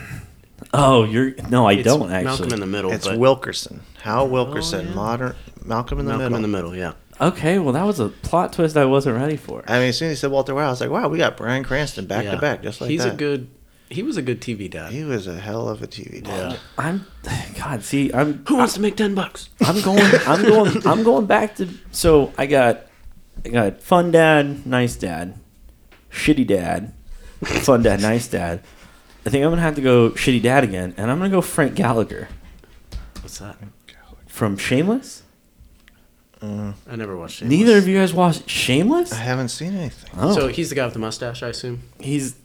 Speaker 3: Oh, you're no, I
Speaker 1: It's
Speaker 3: don't
Speaker 1: Malcolm
Speaker 3: actually.
Speaker 1: in the Middle.
Speaker 2: It's
Speaker 1: Oh, but Oh,
Speaker 2: Wilkerson. Hal Wilkerson,
Speaker 1: yeah.
Speaker 2: modern Malcolm in the
Speaker 1: Malcolm
Speaker 2: Middle.
Speaker 1: in the Middle. Yeah.
Speaker 3: okay, well that was a plot twist I wasn't ready for.
Speaker 2: I mean, as soon as he said Walter White, I was like, wow, we got Brian Cranston back
Speaker 1: Yeah.
Speaker 2: to back, just like
Speaker 1: he's
Speaker 2: that.
Speaker 1: a good. He was a good TV dad.
Speaker 2: He was a hell of a TV dad.
Speaker 1: Yeah.
Speaker 3: I'm God, see, I'm
Speaker 1: Who wants to make ten bucks?
Speaker 3: I'm going I'm going I'm going back to so I got I got fun dad, nice dad, shitty dad, fun dad, nice dad. I think I'm gonna have to go shitty dad again, and I'm gonna go Frank Gallagher
Speaker 1: What's that?
Speaker 3: from Shameless.
Speaker 1: I never watched Shameless.
Speaker 3: Neither of you guys watched Shameless?
Speaker 2: I haven't seen anything.
Speaker 3: Oh,
Speaker 1: So he's the guy with the mustache, I assume.
Speaker 3: he's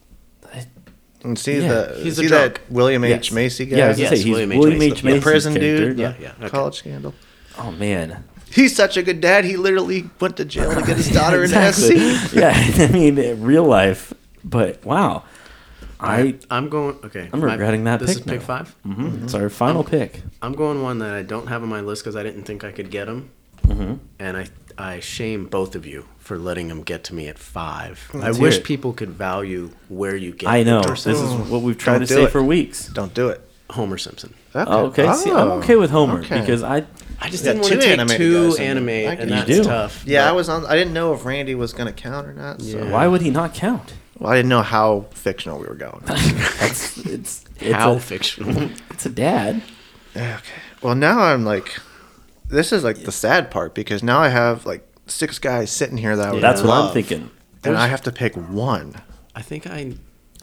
Speaker 2: And see
Speaker 3: Yeah,
Speaker 2: the
Speaker 1: he's a
Speaker 2: see that
Speaker 1: drunk.
Speaker 2: William H
Speaker 3: Yes.
Speaker 2: Macy guy.
Speaker 3: Yeah, I was
Speaker 1: Yes,
Speaker 3: gonna say he's
Speaker 1: William H.
Speaker 3: William
Speaker 1: Macy.
Speaker 3: H.
Speaker 1: The
Speaker 2: the
Speaker 3: Macy's
Speaker 2: prison
Speaker 3: character.
Speaker 2: dude. Yeah,
Speaker 1: Yeah, okay.
Speaker 2: college scandal.
Speaker 3: Oh man.
Speaker 2: He's such a good dad. He literally went to jail to get his daughter in SC.
Speaker 3: yeah, I mean real life, but wow. I
Speaker 1: I'm going. Okay,
Speaker 3: I'm
Speaker 1: my-
Speaker 3: regretting that
Speaker 1: This
Speaker 3: pick
Speaker 1: is pick
Speaker 3: now.
Speaker 1: five.
Speaker 3: mhm, it's our final pick.
Speaker 1: I'm going one that I don't have on my list because I didn't think I could get him,
Speaker 3: Mm-hmm.
Speaker 1: and I I shame both of you for letting him get to me at five. I
Speaker 3: hear
Speaker 1: wish
Speaker 3: it.
Speaker 1: people could value where you get.
Speaker 3: I know
Speaker 1: the
Speaker 3: this
Speaker 1: person.
Speaker 3: is what we've tried
Speaker 2: Don't
Speaker 3: to
Speaker 2: do
Speaker 3: say
Speaker 2: it.
Speaker 3: for weeks.
Speaker 2: Don't do it.
Speaker 1: Homer Simpson.
Speaker 3: Oh, okay, see, I'm okay with Homer
Speaker 2: Okay.
Speaker 3: because I
Speaker 1: I just
Speaker 2: Yeah,
Speaker 1: didn't want
Speaker 2: two
Speaker 1: to take
Speaker 2: anime
Speaker 1: two
Speaker 2: guys in
Speaker 1: anime,
Speaker 2: there. I
Speaker 1: and
Speaker 2: get
Speaker 1: that's
Speaker 3: it. You do.
Speaker 1: tough.
Speaker 2: Yeah, I
Speaker 1: but
Speaker 2: was on. I didn't know if Randy was going to count or not. So.
Speaker 1: Yeah.
Speaker 3: why would he not count?
Speaker 2: Well, I didn't know how fictional we were going.
Speaker 3: That's it's it's,
Speaker 1: how
Speaker 3: a,
Speaker 1: fictional.
Speaker 3: it's a dad.
Speaker 2: Yeah, okay. Well, now I'm like, this is like the sad part because now I have like six guys sitting here that I would
Speaker 3: That's what
Speaker 2: love,
Speaker 3: I'm thinking.
Speaker 2: and I have to pick one.
Speaker 1: I think I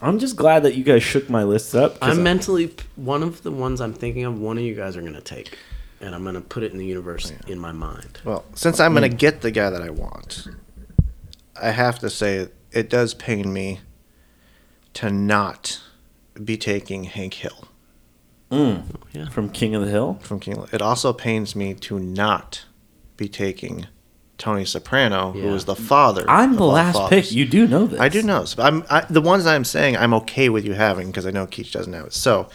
Speaker 3: I'm just glad that you guys shook my lists up. 'cause
Speaker 1: I'm
Speaker 3: I-
Speaker 1: mentally one of the ones I'm thinking of. One of you guys are gonna take, and I'm gonna put it in the universe
Speaker 2: Oh,
Speaker 1: in my mind.
Speaker 2: Well, since I'm gonna get the guy that I want, I have to say it does pain me to not be taking Hank Hill
Speaker 3: mm,
Speaker 2: Oh,
Speaker 3: from King of the Hill.
Speaker 2: from King. It also pains me to not be taking Tony Soprano, who
Speaker 1: Yeah.
Speaker 2: is the father.
Speaker 3: I'm
Speaker 2: of
Speaker 3: the
Speaker 2: all
Speaker 3: last
Speaker 2: fathers.
Speaker 3: pick. You do know this.
Speaker 2: I do know. So I'm I, the ones I'm saying I'm okay with you having because I know Keach doesn't have it. So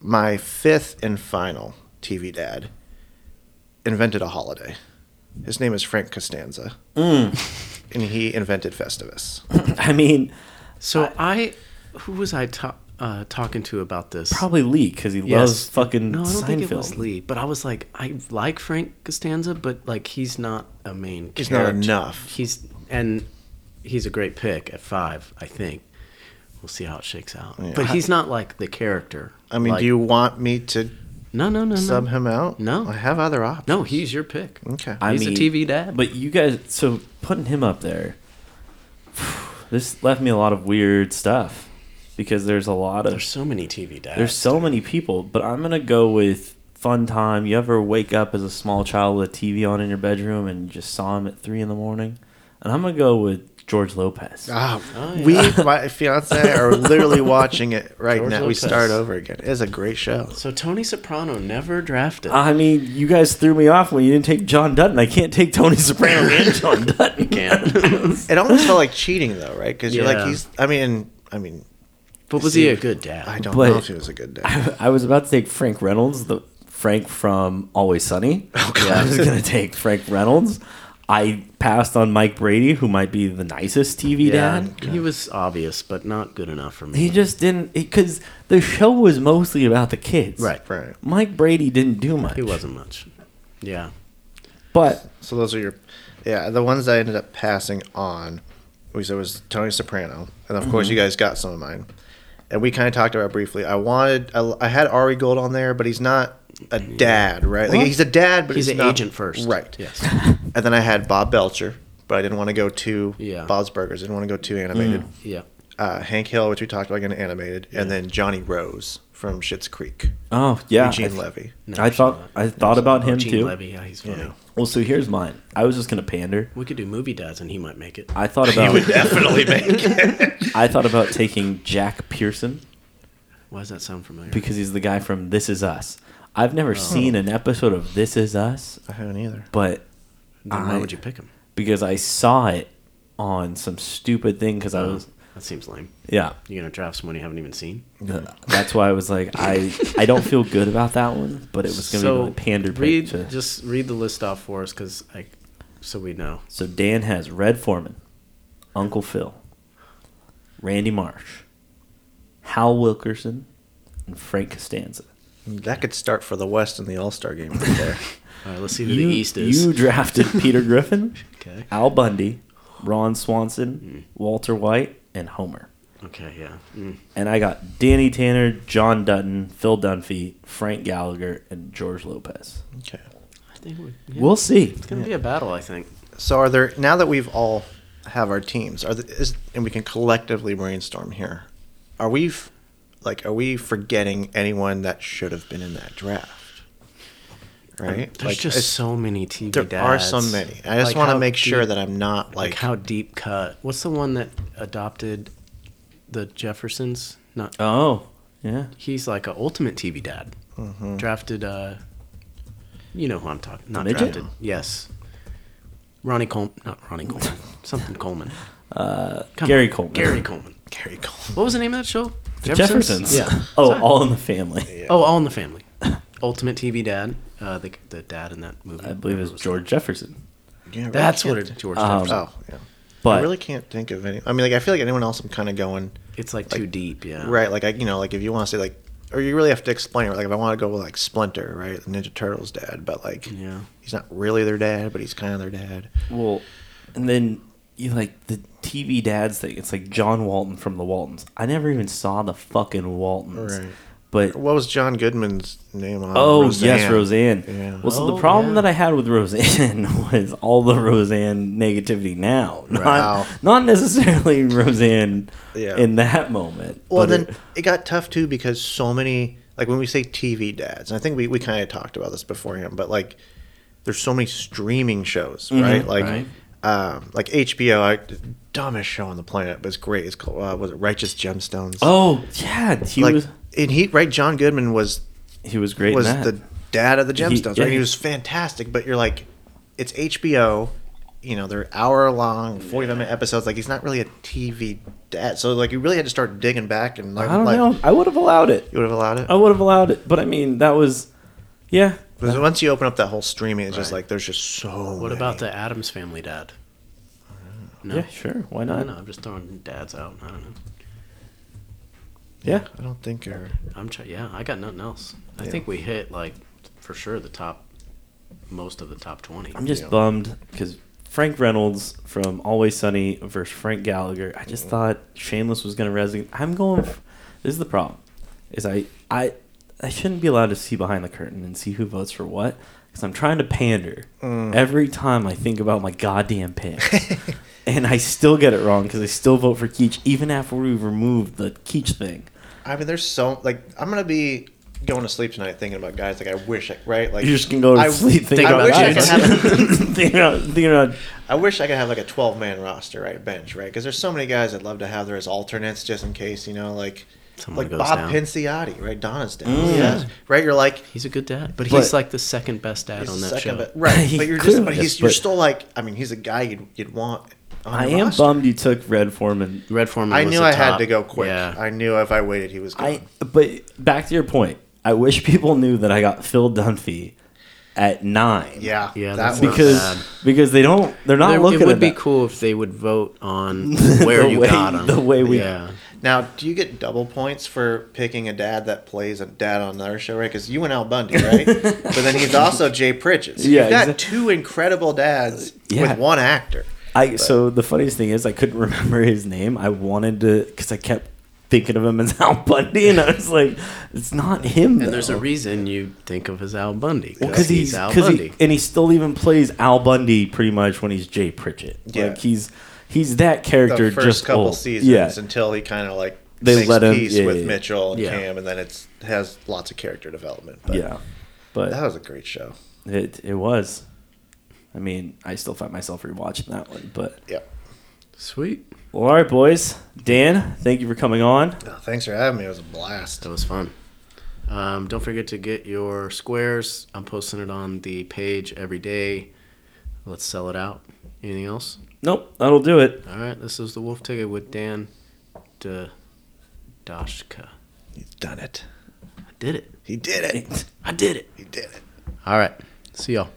Speaker 2: my fifth and final TV dad invented a holiday. His name is Frank Costanza,
Speaker 1: Mm.
Speaker 2: and he invented Festivus.
Speaker 3: I mean,
Speaker 1: So I, who was I ta- uh, talking to about this?
Speaker 3: probably Lee because he loves fucking
Speaker 1: No, I don't
Speaker 3: Seinfeld.
Speaker 1: think it was Lee, but I was like, I like Frank Costanza, but like he's not a main.
Speaker 2: He's not
Speaker 1: character.
Speaker 2: enough.
Speaker 1: He's and he's a great pick at five, I think. We'll see how it shakes out. But he's not like the character.
Speaker 2: I mean,
Speaker 1: Like-
Speaker 2: do you want me to
Speaker 1: No, no, no, no.
Speaker 2: sub him out?
Speaker 1: No.
Speaker 2: I have other options.
Speaker 1: No, he's your pick.
Speaker 2: Okay.
Speaker 3: I
Speaker 1: He's a
Speaker 3: mean,
Speaker 1: TV dad.
Speaker 3: But you guys, so putting him up there, this left me a lot of weird stuff because there's a lot of
Speaker 1: There's so many TV dads.
Speaker 3: there's so many people. But I'm gonna go with fun time. You ever wake up as a small child with a TV on in your bedroom and you just saw him at three in the morning? And I'm gonna go with George Lopez.
Speaker 2: Ah,
Speaker 1: Oh, yeah.
Speaker 2: we, my fiance, are literally watching it right
Speaker 1: George
Speaker 2: now.
Speaker 1: Lopez.
Speaker 2: We start over again. It's a great show.
Speaker 1: So Tony Soprano never drafted.
Speaker 3: I mean, you guys threw me off when you didn't take John Dutton. I can't take Tony Soprano and John Dutton.
Speaker 1: Again.
Speaker 2: It almost felt like cheating, though, right? Because you're
Speaker 1: Yeah.
Speaker 2: like, he's. I mean, I mean,
Speaker 1: but was he a good dad?
Speaker 2: I don't
Speaker 3: But-
Speaker 2: know if he was a good dad.
Speaker 3: I was about to take Frank Reynolds, the Frank from Always Sunny. Yeah, I was gonna take Frank Reynolds. I passed on Mike Brady, who might be the nicest TV dad.
Speaker 1: He was obvious, but not good enough for me.
Speaker 3: He just didn't because the show was mostly about the kids.
Speaker 1: right.
Speaker 2: Right.
Speaker 3: Mike Brady didn't do much.
Speaker 1: He wasn't much. Yeah.
Speaker 3: But
Speaker 2: So those are your, yeah, the ones I ended up passing on. We said was Tony Soprano, and of course you
Speaker 3: Mm-hmm.
Speaker 2: guys got some of mine, and we kind of talked about it briefly. I wanted, I, I had Ari Gold on there, but he's not a dad, right? Like
Speaker 3: Well,
Speaker 2: he's a dad, but
Speaker 1: He's
Speaker 2: he's,
Speaker 1: an
Speaker 2: not-
Speaker 1: agent first.
Speaker 2: right?
Speaker 1: Yes.
Speaker 2: And then I had Bob Belcher, but I didn't want to go too
Speaker 1: Yeah.
Speaker 2: Bob's Burgers. Didn't want to go too animated.
Speaker 3: Mm.
Speaker 1: yeah.
Speaker 2: Uh, Hank Hill, which we talked about, getting animated, and then Johnny Rose from Schitt's Creek,
Speaker 3: oh yeah,
Speaker 2: Eugene
Speaker 3: I, th-
Speaker 2: Levy.
Speaker 3: I thought I thought about him
Speaker 1: Oh, Gene
Speaker 3: too.
Speaker 1: Levy. Yeah, he's funny.
Speaker 3: Well, so here's mine. I was just gonna pander.
Speaker 1: We could do movie dads, and he might make it.
Speaker 3: I thought about
Speaker 2: Definitely make
Speaker 3: I thought about taking Jack Pearson.
Speaker 1: Why does that sound familiar?
Speaker 3: because he's the guy from This Is Us. I've
Speaker 1: Oh.
Speaker 3: never seen an episode of This Is Us,
Speaker 2: I haven't either.
Speaker 3: but
Speaker 1: Then why
Speaker 3: I-
Speaker 1: would you pick him?
Speaker 3: because I saw it on some stupid thing because
Speaker 1: Oh.
Speaker 3: I was
Speaker 1: That seems lame.
Speaker 3: yeah.
Speaker 1: You're gonna draft someone you haven't even seen.
Speaker 3: Th- That's why I was like I I don't feel good about that one, but it was gonna be my pander
Speaker 1: read,
Speaker 3: pick. to-
Speaker 1: just read the list off for us, cause I, so we know.
Speaker 3: so Dan has Red Foreman, Uncle Phil, Randy Marsh, Hal Wilkerson, and Frank Costanza.
Speaker 2: That could start for the West in the All Star game right there.
Speaker 1: All right, let's see who the East is.
Speaker 3: you drafted Peter Griffin.
Speaker 1: okay. Hmm.
Speaker 3: Al Bundy, Ron Swanson, Walter White, and Homer.
Speaker 1: Okay. Yeah. Mm.
Speaker 3: And I got Danny Tanner, John Dutton, Phil Dunphy, Frank Gallagher, and George Lopez.
Speaker 2: okay.
Speaker 1: I think we, yeah,
Speaker 3: We'll see.
Speaker 1: it's gonna be a battle. I think.
Speaker 2: So are there now that we've all have our teams, are there, is, and we can collectively brainstorm here. Are we f- like are we forgetting anyone that should have been in that draft? right?
Speaker 1: There's
Speaker 2: Like,
Speaker 1: just
Speaker 2: it's-
Speaker 1: so many TV
Speaker 2: there are
Speaker 1: dads.
Speaker 2: so many. I just
Speaker 1: Like,
Speaker 2: want to
Speaker 1: how
Speaker 2: make sure
Speaker 1: deep-
Speaker 2: that I'm not
Speaker 1: like,
Speaker 2: like,
Speaker 1: how deep cut. What's the one that adopted the Jeffersons? Not
Speaker 3: Oh, yeah.
Speaker 1: he's like a ultimate TV dad.
Speaker 2: Mm-hmm.
Speaker 1: Drafted, uh, you know who I'm talking. Not
Speaker 3: midget?
Speaker 1: drafted. Yes, Ronnie Coleman. Not Ronnie Coleman. something Coleman. Uh,
Speaker 3: Gary Coleman.
Speaker 1: Gary Coleman.
Speaker 2: Gary Cole.
Speaker 1: What was the name of that show?
Speaker 3: Jeffersons.
Speaker 1: Yeah.
Speaker 3: oh, All in the Family.
Speaker 1: Oh, All in the Family. Ultimate TV dad. Uh, the the dad in that movie.
Speaker 3: I believe it Oh, was George Jefferson.
Speaker 2: Yeah, I really
Speaker 1: That's what
Speaker 2: can't
Speaker 1: it,
Speaker 2: think-
Speaker 1: George.
Speaker 3: Um,
Speaker 1: Jefferson.
Speaker 2: Oh, yeah.
Speaker 3: But
Speaker 2: I really can't think of any. I mean, like I feel like anyone else. I'm kind of going
Speaker 1: It's like, too deep. Yeah.
Speaker 2: right. Like I, you know, like if you want to say like, or you really have to explain. Like if I want to go with like Splinter, right, Ninja Turtles dad, but like,
Speaker 1: Yeah.
Speaker 2: he's not really their dad, but he's kind of their dad.
Speaker 3: well, and then you like the TV dads thing. It's like John Walton from the Waltons. I never even saw the fucking Waltons.
Speaker 2: Right. Uh,
Speaker 3: But
Speaker 2: What was John Goodman's name on?
Speaker 3: Oh yes, Roseanne.
Speaker 2: Yeah.
Speaker 3: Well, so
Speaker 1: Oh,
Speaker 3: the problem
Speaker 1: yeah.
Speaker 3: that I had with Roseanne was all the Roseanne negativity now, not,
Speaker 2: Wow.
Speaker 3: not necessarily Roseanne
Speaker 2: Yeah.
Speaker 3: in that moment.
Speaker 2: Well,
Speaker 3: but
Speaker 2: then
Speaker 3: it-
Speaker 2: it, got tough too because so many like when we say TV dads, and I think we, we kind of talked about this beforehand, but like there's so many streaming shows,
Speaker 3: Mm-hmm,
Speaker 2: right? Like
Speaker 1: right.
Speaker 2: Um, like HBO, I, dumbest show on the planet, but it's great. It's called uh, was it Righteous Gemstones?
Speaker 3: oh yeah, he
Speaker 2: like
Speaker 3: was
Speaker 2: and he right John Goodman was
Speaker 3: he was great.
Speaker 2: was
Speaker 3: in that.
Speaker 2: the dad of the
Speaker 3: He-
Speaker 2: gemstones
Speaker 3: yeah,
Speaker 2: right? he
Speaker 3: he-
Speaker 2: was fantastic but you're like it's hbo you know they're hour long 45 minute episodes like he's not really a tv dad so like you really had to start digging back and like,
Speaker 3: I don't
Speaker 2: like,
Speaker 3: know. Oh. I would have allowed it.
Speaker 2: you would have allowed it
Speaker 3: I would have allowed it. But I mean, that was yeah.
Speaker 2: Because once you open up that whole streaming it's just
Speaker 1: Right.
Speaker 2: like there's just so
Speaker 1: What
Speaker 2: many.
Speaker 1: about the Adams Family dad? No.
Speaker 3: Yeah, sure. Why
Speaker 1: I
Speaker 3: not?
Speaker 1: don't know. I'm just throwing dads out. I don't know.
Speaker 3: Yeah.
Speaker 2: i don't think you're
Speaker 1: I'm try- yeah, I got nothing else. I
Speaker 2: Yeah.
Speaker 1: think we hit like for sure the top most of the top 20.
Speaker 3: I'm just bummed because Frank Reynolds from Always Sunny versus Frank Gallagher. I just thought Shameless was going to resonate. I'm going. f this is the problem. Is I I I shouldn't be allowed to see behind the curtain and see who votes for what because I'm trying to pander every time I think about my goddamn picks. And I still get it wrong because I still vote for Keach even after we removed the Keach thing.
Speaker 2: i mean there's so like i'm gonna be going to sleep tonight thinking about guys like i wish I, right like
Speaker 3: You just can go to
Speaker 2: I-
Speaker 3: sleep thinking
Speaker 2: I
Speaker 3: about
Speaker 2: wish I
Speaker 3: that.
Speaker 2: could have a-
Speaker 3: thinking about, thinking about
Speaker 2: I wish I could have like a 12 man roster, right? Bench, right? Because there's so many guys I'd love to have there as alternates just in case, you know, like
Speaker 1: Someone
Speaker 2: like
Speaker 1: goes
Speaker 2: Bob
Speaker 1: down.
Speaker 2: Pinciotti, right? Donna's down.
Speaker 3: Mm.
Speaker 2: Yes. Right? You're like,
Speaker 1: He's a good dad, but,
Speaker 3: But-
Speaker 1: he's like the second best dad
Speaker 2: he's
Speaker 1: on that
Speaker 2: second,
Speaker 1: show.
Speaker 2: but, right.
Speaker 3: He
Speaker 2: But you're just,
Speaker 3: could,
Speaker 2: but he's,
Speaker 3: yes,
Speaker 2: you're
Speaker 3: but-
Speaker 2: still like, I mean, he's a guy you'd, you'd want. On
Speaker 3: I
Speaker 2: your
Speaker 3: am
Speaker 2: roster.
Speaker 3: bummed you took Red Foreman
Speaker 1: Red Foreman
Speaker 2: I
Speaker 1: was
Speaker 2: knew
Speaker 1: the
Speaker 2: I had
Speaker 1: top.
Speaker 2: to go quick.
Speaker 1: Yeah.
Speaker 2: I knew if I waited, he was
Speaker 3: I
Speaker 2: gone.
Speaker 3: but back to your point. I wish people knew that I got Phil Dunphy at nine.
Speaker 2: yeah.
Speaker 1: Yeah,
Speaker 2: That
Speaker 1: that's
Speaker 2: was,
Speaker 3: because
Speaker 1: Bad.
Speaker 3: because they don't they're not
Speaker 1: There-
Speaker 3: looking
Speaker 1: it would
Speaker 3: at
Speaker 1: be
Speaker 3: that.
Speaker 1: cool if they would vote on where
Speaker 3: The
Speaker 1: you
Speaker 3: way-
Speaker 1: got him.
Speaker 3: the way we-
Speaker 1: Yeah.
Speaker 2: Now, do you get double points for picking a dad that plays a dad on their show, right? Because you and Al Bundy, right? but then he's also Jay Pritchett. So
Speaker 3: Yeah,
Speaker 2: you've got
Speaker 3: exact-
Speaker 2: two incredible dads
Speaker 3: Yeah.
Speaker 2: with one actor.
Speaker 3: I so the funniest thing is I couldn't remember his name. I wanted to because I kept thinking of him as Al Bundy, and I was like, it's not him.
Speaker 1: And there's a
Speaker 3: though.
Speaker 1: reason you think of as Al Bundy.
Speaker 3: Well, because he's,
Speaker 1: Al
Speaker 3: 'cause he-
Speaker 1: Bundy.
Speaker 3: and he still even plays Al Bundy pretty much when he's Jay Pritchett.
Speaker 2: Yeah.
Speaker 3: Like he's he's that
Speaker 2: The
Speaker 3: character
Speaker 2: first
Speaker 3: just
Speaker 2: couple
Speaker 3: old.
Speaker 2: seasons
Speaker 3: Yeah.
Speaker 2: until he kind of like
Speaker 3: They
Speaker 2: makes
Speaker 3: let him-
Speaker 2: peace
Speaker 3: yeah,
Speaker 2: with
Speaker 3: yeah,
Speaker 2: Mitchell and
Speaker 1: yeah.
Speaker 2: Cam, and then it's has lots of character development. But
Speaker 3: yeah. But
Speaker 2: that was a great show.
Speaker 3: It it was. I mean, I still find myself rewatching that one. But
Speaker 2: Yeah.
Speaker 1: Sweet.
Speaker 3: well, all right, boys. Dan, thank you for coming on.
Speaker 2: No, thanks for having me. It was a blast.
Speaker 1: That was fun. Um, don't forget to get your squares. I'm posting it on the page every day. Let's sell it out. Anything else?
Speaker 3: Nope, that'll do it.
Speaker 1: All right, this is the Wolf Ticket with Dan De Dashka.
Speaker 2: He's done it.
Speaker 1: I did it.
Speaker 2: He did it.
Speaker 1: I did it.
Speaker 2: He did it.
Speaker 1: All right. See y'all.